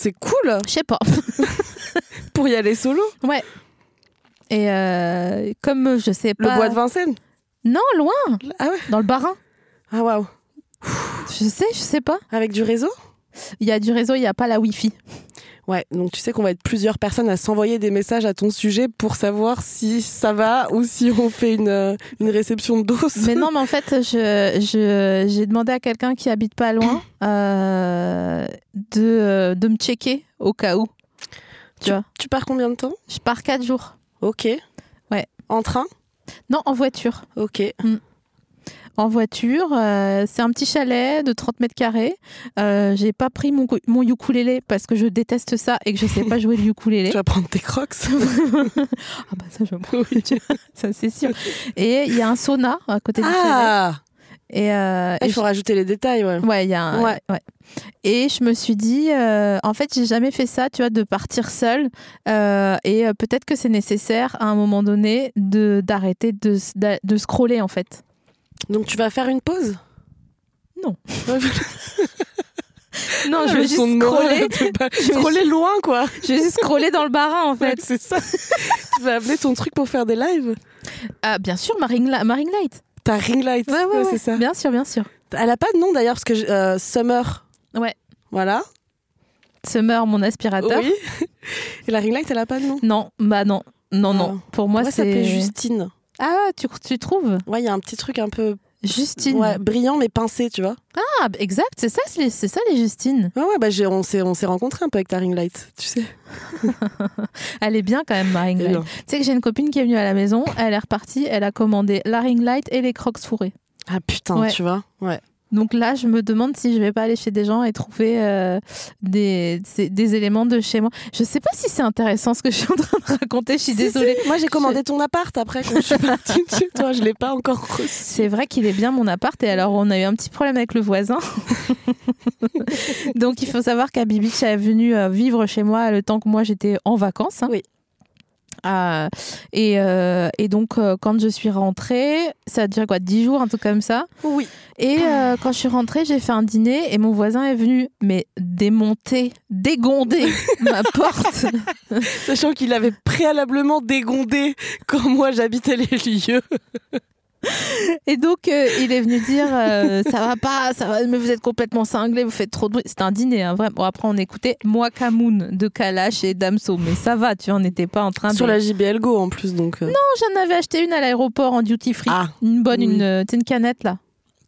S1: C'est cool
S2: Je sais pas.
S1: pour y aller solo.
S2: Et euh, comme je sais
S1: Le
S2: pas...
S1: bois de Vincennes.
S2: Non, loin,
S1: Bah. Ah ouais.
S2: dans le barin.
S1: Ah waouh.
S2: Je sais, je sais pas.
S1: Avec du réseau.
S2: Il y a du réseau, il y a pas la Wi-Fi.
S1: Ouais, donc tu sais qu'on va être plusieurs personnes à s'envoyer des messages à ton sujet pour savoir si ça va ou si on fait une, euh, une réception de doses.
S2: Mais non, mais en fait, je, je- j'ai demandé à quelqu'un qui habite pas loin euh, de, de me checker au cas où. Tu vois,
S1: Tu pars combien de temps
S2: je pars quatre jours.
S1: Ok.
S2: Ouais.
S1: En train
S2: Non, en voiture.
S1: Ok.
S2: en voiture. euh, c'est un petit chalet de 30 mètres carrés. Euh, j'ai pas pris mon, cou- mon ukulélé parce que je déteste ça et que je sais pas jouer du ukulélé.
S1: Tu vas prendre tes crocs
S2: ah bah ça, je prends. ça c'est sûr. Et il y a un sauna à côté du chalet. Et, euh,
S1: Ah,
S2: et
S1: Il faut rajouter les détails, ouais.
S2: je- ouais, il y a un-
S1: Ouais.
S2: ouais. Et je me suis dit, euh, en fait, j'ai jamais fait ça, tu vois, de partir seule. Euh, et euh, peut-être que c'est nécessaire à un moment donné de d'arrêter de, s- d'a- de scroller en fait.
S1: Donc tu vas faire une pause
S2: Non.
S1: Ouais,
S2: Non, je
S1: le
S2: vais juste
S1: son de morale
S2: scroller.
S1: de pas-
S2: Je vais
S1: Scroller loin, quoi.
S2: Je vais juste scroller dans le barin en fait.
S1: Ouais, c'est ça. tu vas amener ton truc pour faire des lives.
S2: Ah, bien sûr, Marine, Li- Marine Light. Euh,
S1: Ta ring light.
S2: Ouais, ouais, ouais,
S1: c'est ça.
S2: Bien sûr, bien sûr.
S1: Elle a pas de nom d'ailleurs, parce que je- euh, Summer.
S2: Ouais.
S1: Voilà.
S2: Summer, mon aspirateur.
S1: Oui. Et la ring light, elle a pas de nom.
S2: Non, bah non. Non,
S1: Ah.
S2: non. Pour moi,
S1: Moi, ça
S2: c'est.
S1: s'appelait Justine.
S2: Ah, tu, tu trouves
S1: Ouais, il y a un petit truc un peu
S2: Justine.
S1: ouais, brillant mais pincé, tu vois.
S2: Ah, bah, exact, c'est ça, c'est c'est ça les Justines.
S1: Ouais, ouais, bah j'ai- on s'est on s'est rencontrés un peu avec ta ring light, tu sais.
S2: Elle est bien quand même, ma ring
S1: Eh
S2: light.
S1: bien.
S2: Tu sais que j'ai une copine qui est venue à la maison, elle est repartie, elle a commandé la ring light et les crocs fourrés.
S1: Ah putain,
S2: Ouais.
S1: tu vois. Ouais.
S2: Donc là, je me demande si je vais pas aller chez des gens et trouver euh, des, c'est- des éléments de chez moi. Je sais pas si c'est intéressant ce que je suis en train de raconter, je suis
S1: Si,
S2: désolée.
S1: si, Moi, j'ai commandé ton appart après quand je suis partie de chez toi. Je l'ai pas encore reçu.
S2: C'est vrai qu'il est bien mon appart et alors on a eu un petit problème avec le voisin. Donc il faut savoir qu'Abibitch est venu euh, vivre chez moi le temps que moi j'étais en vacances. hein.
S1: Oui.
S2: Ah, et, euh, et donc euh, quand je suis rentrée, ça a duré quoi 10 jours, un truc comme ça.
S1: Oui.
S2: Et euh, quand je suis rentrée, j'ai fait un dîner et mon voisin est venu, mais démonter, dégonder ma porte.
S1: Sachant qu'il avait préalablement dégondé quand moi j'habitais les lieux.
S2: Et donc, euh, il est venu dire euh, Ça va pas, ça va, mais vous êtes complètement cinglés, vous faites trop de bruit. C'était un dîner, hein, vraiment. Bon, après, on écoutait Moi Kamoun de Kalash et Damso. Mais ça va, tu en étais pas en train
S1: Sur
S2: de.
S1: la JBL Go en plus, donc.
S2: Ah,
S1: euh.
S2: bah Non, j'en avais acheté une à l'aéroport en duty free.
S1: Ah,
S2: Une bonne,
S1: oui.
S2: une, euh, tu sais, une canette là,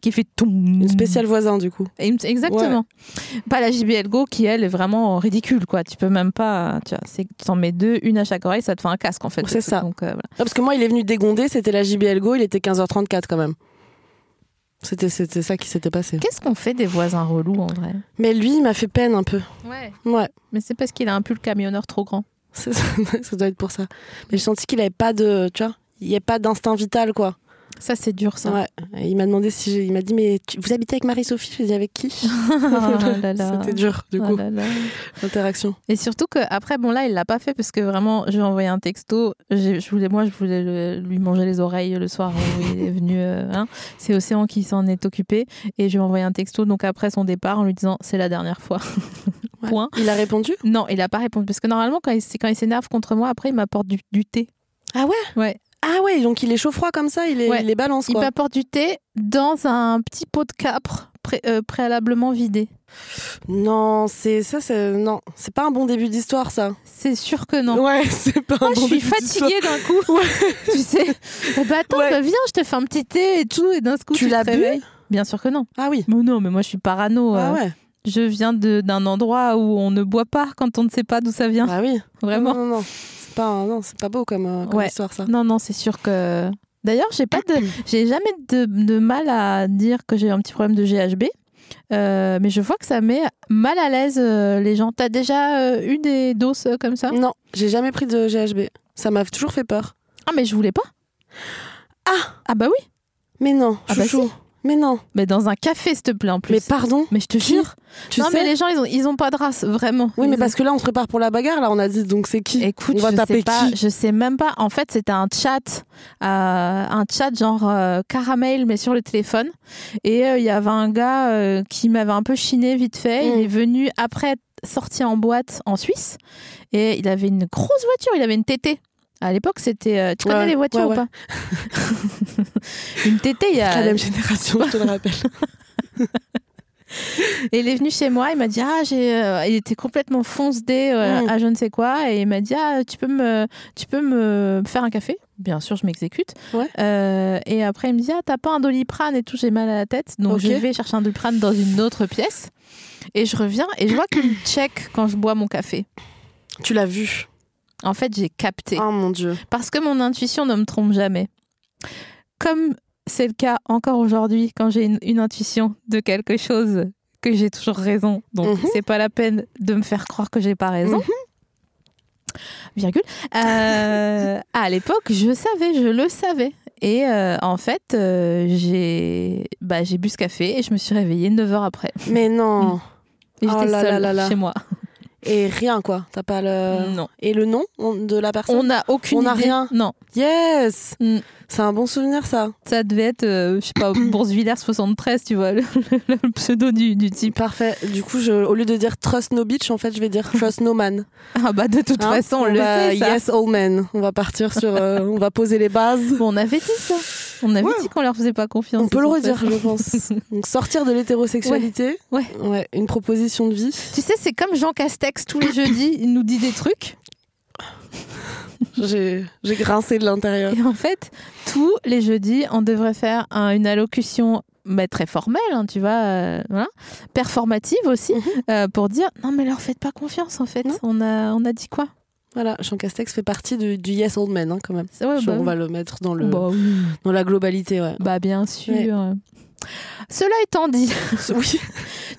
S2: qui fait tout.
S1: une spéciale voisin du coup.
S2: Et une- Exactement. Pas la JBL Go qui, elle, est vraiment ridicule, quoi. Tu peux même pas. Tu vois, c'est- tu t'en mets deux, une à chaque oreille, ça te fait un casque, en fait.
S1: C'est
S2: le truc.
S1: ça.
S2: Donc, euh, voilà.
S1: Ah, parce que moi, il est venu dégonder, c'était la JBL Go, il était 15h34 quand même. C'était c'était ça qui s'était passé.
S2: Qu'est-ce qu'on fait des voisins relous, en vrai
S1: Mais lui, il m'a fait peine un peu.
S2: Ouais.
S1: Ouais,
S2: Mais c'est parce qu'il a un pull camionneur trop grand.
S1: c'est- ça doit être pour ça. Mais j'ai senti qu'il avait pas de, tu vois, il n'y a pas d'instinct vital quoi.
S2: Ça, c'est dur, ça.
S1: Ouais. Et il m'a demandé si j'ai- il m'a dit mais tu- vous habitez avec Marie-Sophie, je dit avec qui
S2: Ah là là.
S1: C'était dur du
S2: Ah
S1: coup,
S2: là là.
S1: l'interaction.
S2: Et surtout que après bon là il l'a pas fait parce que vraiment j'ai envoyé un texto J'ai- je voulais moi je voulais le- lui manger les oreilles le soir où il est venu euh, hein. c'est Océan qui s'en est occupé et je lui ai envoyé un texto donc après son départ en lui disant c'est la dernière fois
S1: Ouais.
S2: Point.
S1: Il a répondu
S2: non il a pas répondu parce que normalement quand il, c'est quand il s'énerve contre moi après il m'apporte du, du thé
S1: Ah ouais
S2: Ouais.
S1: Ah ouais, donc il est chaud froid comme ça, il est,
S2: Ouais.
S1: il les balance
S2: il
S1: quoi.
S2: m'apporte du thé dans un petit pot de capre pré- euh, préalablement vidé
S1: Non, c'est ça, c'est non, c'est pas un bon début d'histoire ça.
S2: c'est sûr que non
S1: Ouais, c'est pas un
S2: Moi, je
S1: bon
S2: suis
S1: début d'histoire.
S2: fatiguée d'un coup. tu sais. Eh ben, attends,
S1: Ouais.
S2: bah, viens, je te fais un petit thé et tout, et d'un coup,
S1: Tu
S2: tu, te
S1: l'as bu
S2: réveilles. Bien sûr que non.
S1: Ah oui.
S2: Mais non, mais moi, je suis parano.
S1: Ah
S2: euh.
S1: ouais.
S2: Je viens de- d'un endroit où on ne boit pas quand on ne sait pas d'où ça vient.
S1: Ah oui.
S2: Hein, Vraiment.
S1: Non, non, non. C'est pas un- non, c'est pas beau comme, euh, comme
S2: Ouais.
S1: histoire ça.
S2: Non, non, c'est sûr que. D'ailleurs, j'ai pas de, j'ai jamais de, de mal à dire que j'ai un petit problème de GHB, euh, mais je vois que ça met mal à l'aise euh, les gens. T'as déjà euh, eu des doses euh, comme ça
S1: Non, j'ai jamais pris de GHB. Ça m'a toujours fait peur.
S2: Ah, mais je voulais pas.
S1: Ah
S2: Ah bah oui,
S1: Mais non,
S2: Ah bah
S1: chouchou. Mais non.
S2: mais dans un café, s'il te plaît, en plus.
S1: Mais pardon,
S2: Mais je te jure.
S1: tu
S2: non,
S1: sais.
S2: mais les gens, ils ont, ils ont pas de race, vraiment.
S1: Oui, mais
S2: Ils
S1: parce que là, on se prépare pour la bagarre. Là, on a dit donc c'est Mmh. qui
S2: Écoute,
S1: On va
S2: je
S1: taper
S2: sais pas,
S1: qui
S2: je sais même pas. En fait, c'était un chat, euh, un chat genre euh, caramel, mais sur le téléphone. Et euh, il y avait un gars euh, qui m'avait un peu chiné vite fait.
S1: Mm.
S2: Il est venu après être sorti en boîte en Suisse et il avait une grosse voiture. Il avait une TT. À l'époque, c'était. euh, tu connais
S1: Ouais,
S2: les voitures
S1: ouais,
S2: ou
S1: ouais.
S2: pas Une TT, il y
S1: La
S2: a.
S1: même génération, je te le rappelle.
S2: Et il est venu chez moi, il m'a dit ah j'ai, euh, il était complètement foncedé euh,
S1: Mm.
S2: à je ne sais quoi et il m'a dit ah tu peux me, tu peux me faire un café. Bien sûr, je m'exécute.
S1: Ouais.
S2: Euh, et après il me dit ah t'as pas un doliprane et tout, j'ai mal à la tête, donc
S1: Ok.
S2: je vais chercher un doliprane dans une autre pièce. Et je reviens et je vois qu'il me check quand je bois mon café.
S1: Tu l'as vu.
S2: En fait, j'ai capté
S1: Oh mon dieu.
S2: parce que mon intuition ne me trompe jamais. Comme c'est le cas encore aujourd'hui quand j'ai une, une intuition de quelque chose que j'ai toujours raison, donc
S1: Mhm.
S2: c'est pas la peine de me faire croire que j'ai pas raison.
S1: Mhm.
S2: Virgule. Euh, à l'époque, je savais, je le savais. Et euh, en fait, euh, j'ai bah, j'ai bu ce café et je me suis réveillée 9 heures après.
S1: Mais non.
S2: Et J'étais
S1: Oh là
S2: seule
S1: là là là.
S2: chez moi.
S1: Et rien, quoi. T'as pas le.
S2: Non.
S1: Et le nom on- de la
S2: On
S1: personne
S2: n'a aucune
S1: On Mmh. n'a
S2: idée.
S1: rien.
S2: Non.
S1: Yes
S2: Mm.
S1: C'est un bon souvenir, ça.
S2: Ça devait être, euh, je sais pas, Boursvillers 73, tu vois, le, le- le pseudo du, du type.
S1: Parfait. Du coup, je, au lieu de dire Trust No Bitch, en fait, je vais dire Trust No Man.
S2: Ah bah de toute
S1: Hein
S2: façon, on le
S1: va-
S2: sait, ça.
S1: Yes All Men. On va partir sur. euh, on va poser les bases.
S2: Bon, on avait dit ça. On avait
S1: Ouais.
S2: dit qu'on leur faisait pas confiance.
S1: On peut le
S2: de toute
S1: redire,
S2: façon.
S1: je pense. Donc, sortir de l'hétérosexualité.
S2: Ouais,
S1: Ouais, une proposition de vie.
S2: Tu sais, c'est comme Jean Castex, tous les jeudis, il nous dit des trucs.
S1: J'ai j'ai grincé de l'intérieur.
S2: Et en fait, tous les jeudis, on devrait faire un- une allocution mais très formelle, hein, tu vois, euh, voilà, performative aussi,
S1: Mhm.
S2: euh, pour dire non mais leur faites pas confiance en fait.
S1: Non.
S2: On a, on a dit quoi
S1: Voilà, Jean Castex fait partie du, du Yes Old Man, hein, quand même.
S2: C'est- ouais,
S1: Genre,
S2: bah
S1: on
S2: oui.
S1: va le mettre dans, le,
S2: Bah oui.
S1: dans la globalité, ouais.
S2: Bah bien sûr. Cela étant dit,
S1: Oui.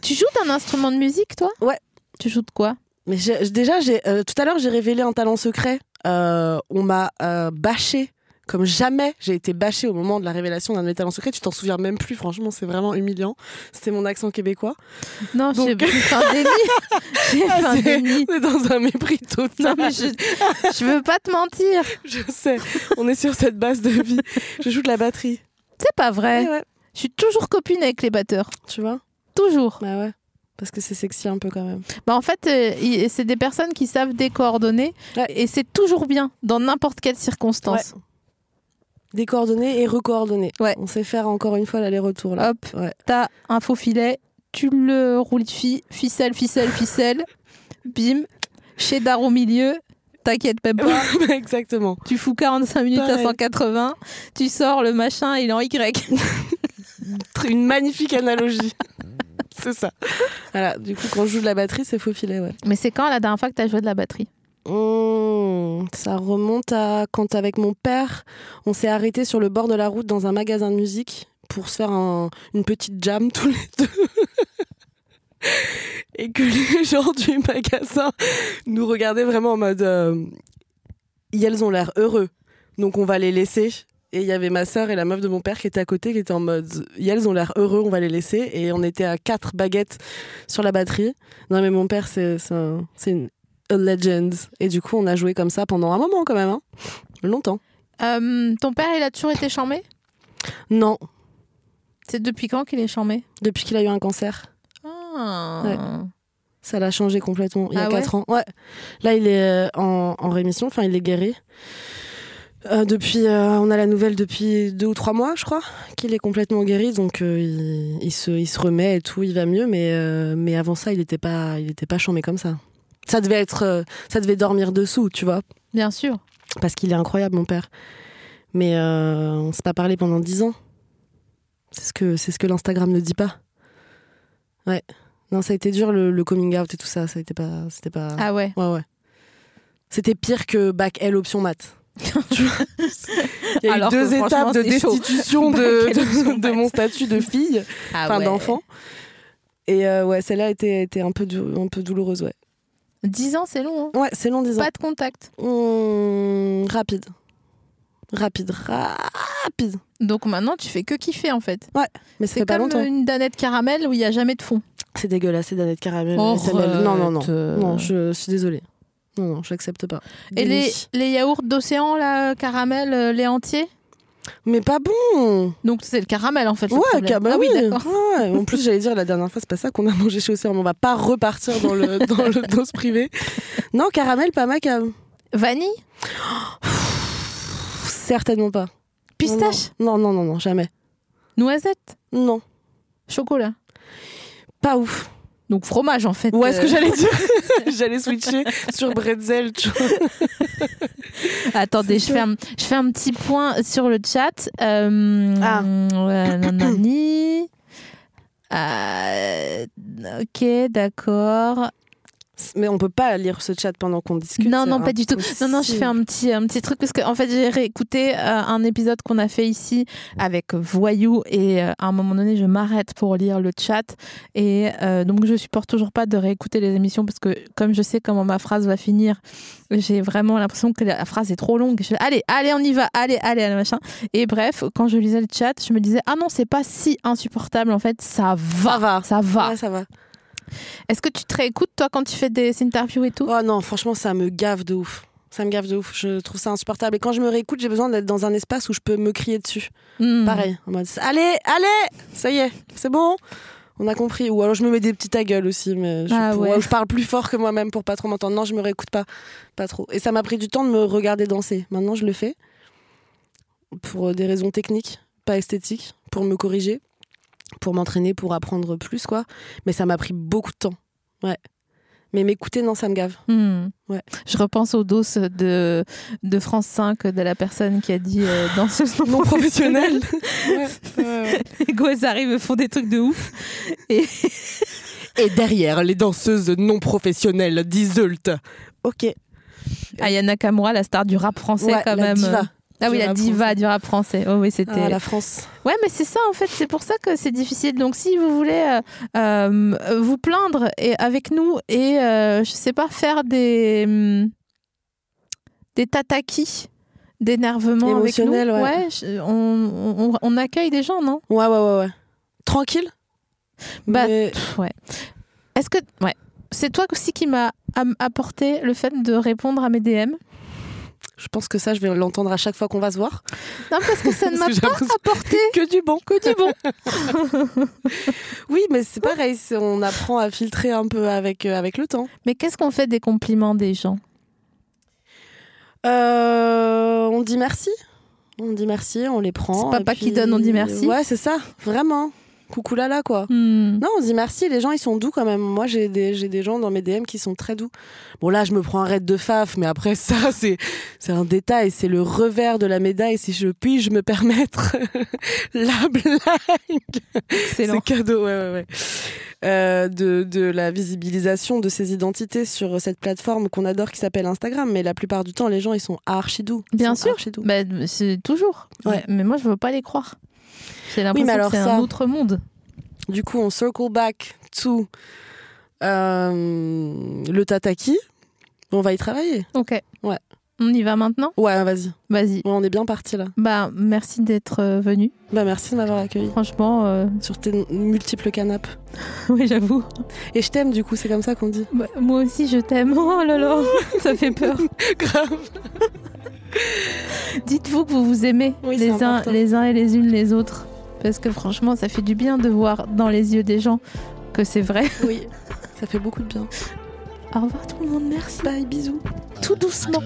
S2: tu joues d'un instrument de musique, toi
S1: Ouais.
S2: Tu joues de quoi
S1: Mais j'ai- déjà, j'ai euh, tout à l'heure, j'ai révélé un talent secret. Euh, on m'a euh, bâché. Comme jamais j'ai été bâchée au moment de la révélation d'un de mes talents secrets. Tu t'en souviens même plus, franchement, c'est vraiment humiliant. C'était mon accent québécois.
S2: Non,
S1: Donc- Ah,
S2: j'ai j'ai fait un déni. J'ai fait un
S1: c'est-
S2: déni.
S1: On est dans un mépris
S2: Non,
S1: total.
S2: mais je, je veux pas te mentir.
S1: Je sais, on est sur cette base de vie. Je joue de la batterie.
S2: C'est pas
S1: Eh
S2: vrai.
S1: ouais,
S2: Je suis toujours copine avec les batteurs.
S1: tu vois
S2: Toujours.
S1: Bah ouais. Parce que c'est sexy un peu quand même.
S2: Bah en fait, euh, il- c'est des personnes qui savent des coordonnées
S1: Ouais.
S2: et c'est toujours bien dans n'importe quelle circonstance.
S1: Des coordonnées et recoordonnées.
S2: Ouais.
S1: On sait faire encore une fois l'aller-retour là.
S2: Hop,
S1: Ouais.
S2: t'as un faux filet, tu le roules de fi- ficelle, ficelle, ficelle, bim, cheddar au milieu, t'inquiète même
S1: Ah
S2: pas,
S1: Exactement.
S2: tu fous 45 minutes à
S1: Pareil.
S2: 180, tu sors le machin, il est en Y.
S1: Tr- Une magnifique analogie. c'est ça. Voilà, du coup, quand je joue de la batterie, c'est faux filet, ouais.
S2: Mais c'est quand la dernière fois que t'as joué de la batterie
S1: Mmh, ça remonte à quand, avec mon père, on s'est arrêté sur le bord de la route dans un magasin de musique pour se faire un- une petite jam tous les deux. Et que les gens du magasin nous regardaient vraiment en mode. euh, Et elles ont l'air heureux, donc on va les laisser. Et il y avait ma sœur et la meuf de mon père qui étaient à côté, qui étaient en mode Et elles ont l'air heureux, on va les laisser. Et on était à quatre baguettes sur la batterie. Non, mais mon père, c'est c'est un- c'est une a legend. Et du coup, on a joué comme ça pendant un moment quand même, hein. longtemps.
S2: Euh, Ton père, il a toujours été charmé
S1: Non,
S2: C'est depuis quand qu'il est charmé
S1: depuis qu'il a eu un cancer.
S2: Ah.
S1: Ouais. Ça l'a changé complètement il y a
S2: Ah ouais
S1: 4 ans. Ouais. Là, il est euh, en, en rémission, enfin, il est guéri. Euh, depuis, euh, on a la nouvelle depuis deux ou trois mois, je crois, qu'il est complètement guéri. Donc, euh, il, il se, il se remet et tout, il va mieux. Mais, euh, mais avant ça, il n'était pas, il était pas chambé comme ça. Ça devait être, euh, ça devait dormir dessous, tu vois,
S2: Bien sûr.
S1: parce qu'il est incroyable, mon père. Mais euh, on s'est pas parlé pendant dix ans. C'est ce que, c'est ce que l'Instagram ne dit pas. Ouais. Non, ça a été dur le, le coming out et tout ça. Ça a été pas, c'était pas.
S2: Ah ouais.
S1: Ouais, ouais. C'était pire que bac L option maths. Tu vois Il y a
S2: Alors que
S1: eu deux
S2: franchement,
S1: étapes de
S2: c'est chaud.
S1: destitution
S2: Bac
S1: de,
S2: L
S1: de-
S2: option
S1: de
S2: maths.
S1: mon statut de fille,
S2: Ah
S1: enfin
S2: ouais.
S1: d'enfant. Et euh, ouais, celle-là était, était un, peu dou- un peu douloureuse, ouais.
S2: 10 ans, c'est long. hein.
S1: Ouais, c'est long, disons.
S2: Pas de contact.
S1: Hum, rapide. Rapide, rapide.
S2: Donc maintenant, tu fais que kiffer en fait.
S1: Mais ça
S2: C'est
S1: fait pas
S2: comme
S1: longtemps.
S2: une danette caramel où il n'y a jamais de fond.
S1: C'est dégueulasse, c'est d'années de caramel.
S2: Arrête.
S1: SML. Non, non, non.
S2: Oh, Euh,
S1: Non, je suis désolée. Non, non, j'accepte pas.
S2: Et les,
S1: Déni.
S2: les yaourts d'océan, là, euh, caramel, euh, les entiers
S1: Mais pas bon
S2: Donc c'est le caramel en fait. le
S1: Ouais,
S2: problème.
S1: ca- bah
S2: ah oui,
S1: oui,
S2: d'accord.
S1: ouais. En plus, j'allais dire la dernière fois, c'est pas ça qu'on a mangé chez Océan, mais on va pas repartir dans le, dans le dos privé. Non, caramel, pas macam.
S2: Vanille
S1: Certainement pas.
S2: Pistache
S1: Non, non, non, non, jamais.
S2: Noisette
S1: Non,
S2: Chocolat
S1: pas ouf.
S2: Donc fromage en fait.
S1: Ouais, ce
S2: euh,
S1: que j'allais dire, j'allais switcher sur bretzel, tu vois.
S2: Attendez,
S1: C'est
S2: je fais, un, je fais un petit point sur le chat. Euh,
S1: Ah.
S2: ouais, nanani. Euh, ok, d'accord.
S1: Mais on peut pas lire ce chat pendant qu'on discute.
S2: Non,
S1: c'est
S2: non, pas du tout. Non, non, je
S1: impossible.
S2: fais un petit, un petit truc parce que en fait, j'ai réécouté euh, un épisode qu'on a fait ici avec Voyou et euh, à un moment donné, je m'arrête pour lire le chat et euh, donc je supporte toujours pas de réécouter les émissions parce que comme je sais comment ma phrase va finir, j'ai vraiment l'impression que la phrase est trop longue. Je fais, allez, allez, on y va, allez, allez, allez, machin. Et bref, quand je lisais le chat, je me disais ah non, c'est pas si insupportable en fait, ça va,
S1: Ça
S2: ça
S1: va.
S2: va.
S1: Ah. Ouais, ça va.
S2: Est-ce que tu te réécoutes toi quand tu fais des interviews et tout
S1: Oh non, franchement, ça me gave de ouf. Ça me gave de ouf. Je trouve ça insupportable. Et quand je me réécoute, j'ai besoin d'être dans un espace où je peux me crier dessus.
S2: Hmm.
S1: Pareil. En mode, allez, allez, ça y est, c'est bon. On a compris. Ou alors je me mets des petits ta gueule aussi, mais je,
S2: Ah
S1: pour-
S2: ouais.
S1: ou je parle plus fort que moi-même pour pas trop m'entendre. Non, je me réécoute pas, pas trop. Et ça m'a pris du temps de me regarder danser. Maintenant, je le fais pour euh, des raisons techniques, pas esthétiques, pour me corriger, pour m'entraîner, pour apprendre plus quoi. Mais ça m'a pris beaucoup de temps. Ouais. Mais m'écouter, non, ça me gave.
S2: Hmm.
S1: Ouais.
S2: Je repense aux doses de, de France 5 de la personne qui a dit euh, danseuse non
S1: Non professionnelle.
S2: Les gosses arrivent et font des trucs de ouf.
S1: Et derrière, les danseuses non professionnelles d'Isult. Ok.
S2: Ah, Ayana Kamura, la star du rap français
S1: Ouais,
S2: quand
S1: la
S2: même.
S1: diva.
S2: euh, Ah oui,
S1: Du
S2: la
S1: rap
S2: diva du rap français. Oh oui, c'était.
S1: Ah, la France.
S2: Ouais, mais c'est ça en fait, c'est pour ça que c'est difficile. Donc si vous voulez euh, euh, vous plaindre et, avec nous et euh, je sais pas faire des hum, des tatakis d'énervement avec nous,
S1: Émotionnel, ouais.
S2: je- on, on- on accueille des gens, non
S1: Ouais, ouais, ouais, ouais. Tranquille
S2: Bah,
S1: Mais-
S2: Pff, ouais. Est-ce que ouais, c'est toi aussi qui m'a am- apporté le fait de répondre à mes DM
S1: Je pense que ça, je vais l'entendre à chaque fois qu'on va se voir.
S2: Non, parce que ça ne m'a
S1: Parce que j'ai
S2: pas
S1: l'impression-
S2: apporté
S1: Que du bon.
S2: que du bon.
S1: Oui, mais c'est pareil, c'est- on apprend à filtrer un peu avec, euh, avec le temps.
S2: Mais qu'est-ce qu'on fait des compliments des gens
S1: Euh, on dit merci. On dit merci, on les prend.
S2: C'est pas
S1: et
S2: pas qui donne, on dit merci.
S1: Ouais, c'est ça, vraiment. Coucou là là, quoi.
S2: Hmm.
S1: Non, on dit merci, les gens ils sont doux quand même. Moi j'ai des, j'ai des gens dans mes DM qui sont très doux. Bon là je me prends un raid de faf, mais après ça c'est, c'est un détail, c'est le revers de la médaille si je puis-je me permettre la blague.
S2: Excellent.
S1: C'est cadeau, ouais, ouais, ouais. Euh, de, de la visibilisation de ces identités sur cette plateforme qu'on adore qui s'appelle Instagram. Mais la plupart du temps, les gens, ils sont archi doux. Ils
S2: Bien
S1: sont
S2: sûr.
S1: archi doux.
S2: Bah, c'est toujours.
S1: Ouais.
S2: Mais moi, je veux pas les croire. J'ai l'impression
S1: mais alors
S2: que c'est
S1: ça-
S2: un autre monde.
S1: Du coup, on circle back to euh, le tataki. On va y travailler.
S2: Ok.
S1: Ouais.
S2: On y va maintenant
S1: Ouais, vas-y. Ouais,
S2: Vas-y.
S1: on est bien parti là.
S2: Bah, merci d'être euh, venu.
S1: Bah, merci de m'avoir accueilli
S2: Franchement, euh,
S1: sur tes n- multiples canapes.
S2: oui, j'avoue.
S1: Et je t'aime, du coup, c'est comme ça qu'on dit.
S2: Bah, moi aussi, je t'aime. Oh là là, ça fait peur.
S1: Grave.
S2: Dites-vous que vous vous aimez
S1: Oui, c'est
S2: les uns,
S1: important.
S2: les uns et les unes les autres, parce que franchement, ça fait du bien de voir dans les yeux des gens que c'est vrai.
S1: Oui. Ça fait beaucoup de bien.
S2: Au revoir tout le monde, merci.
S1: Bye, bisous.
S2: Tout doucement.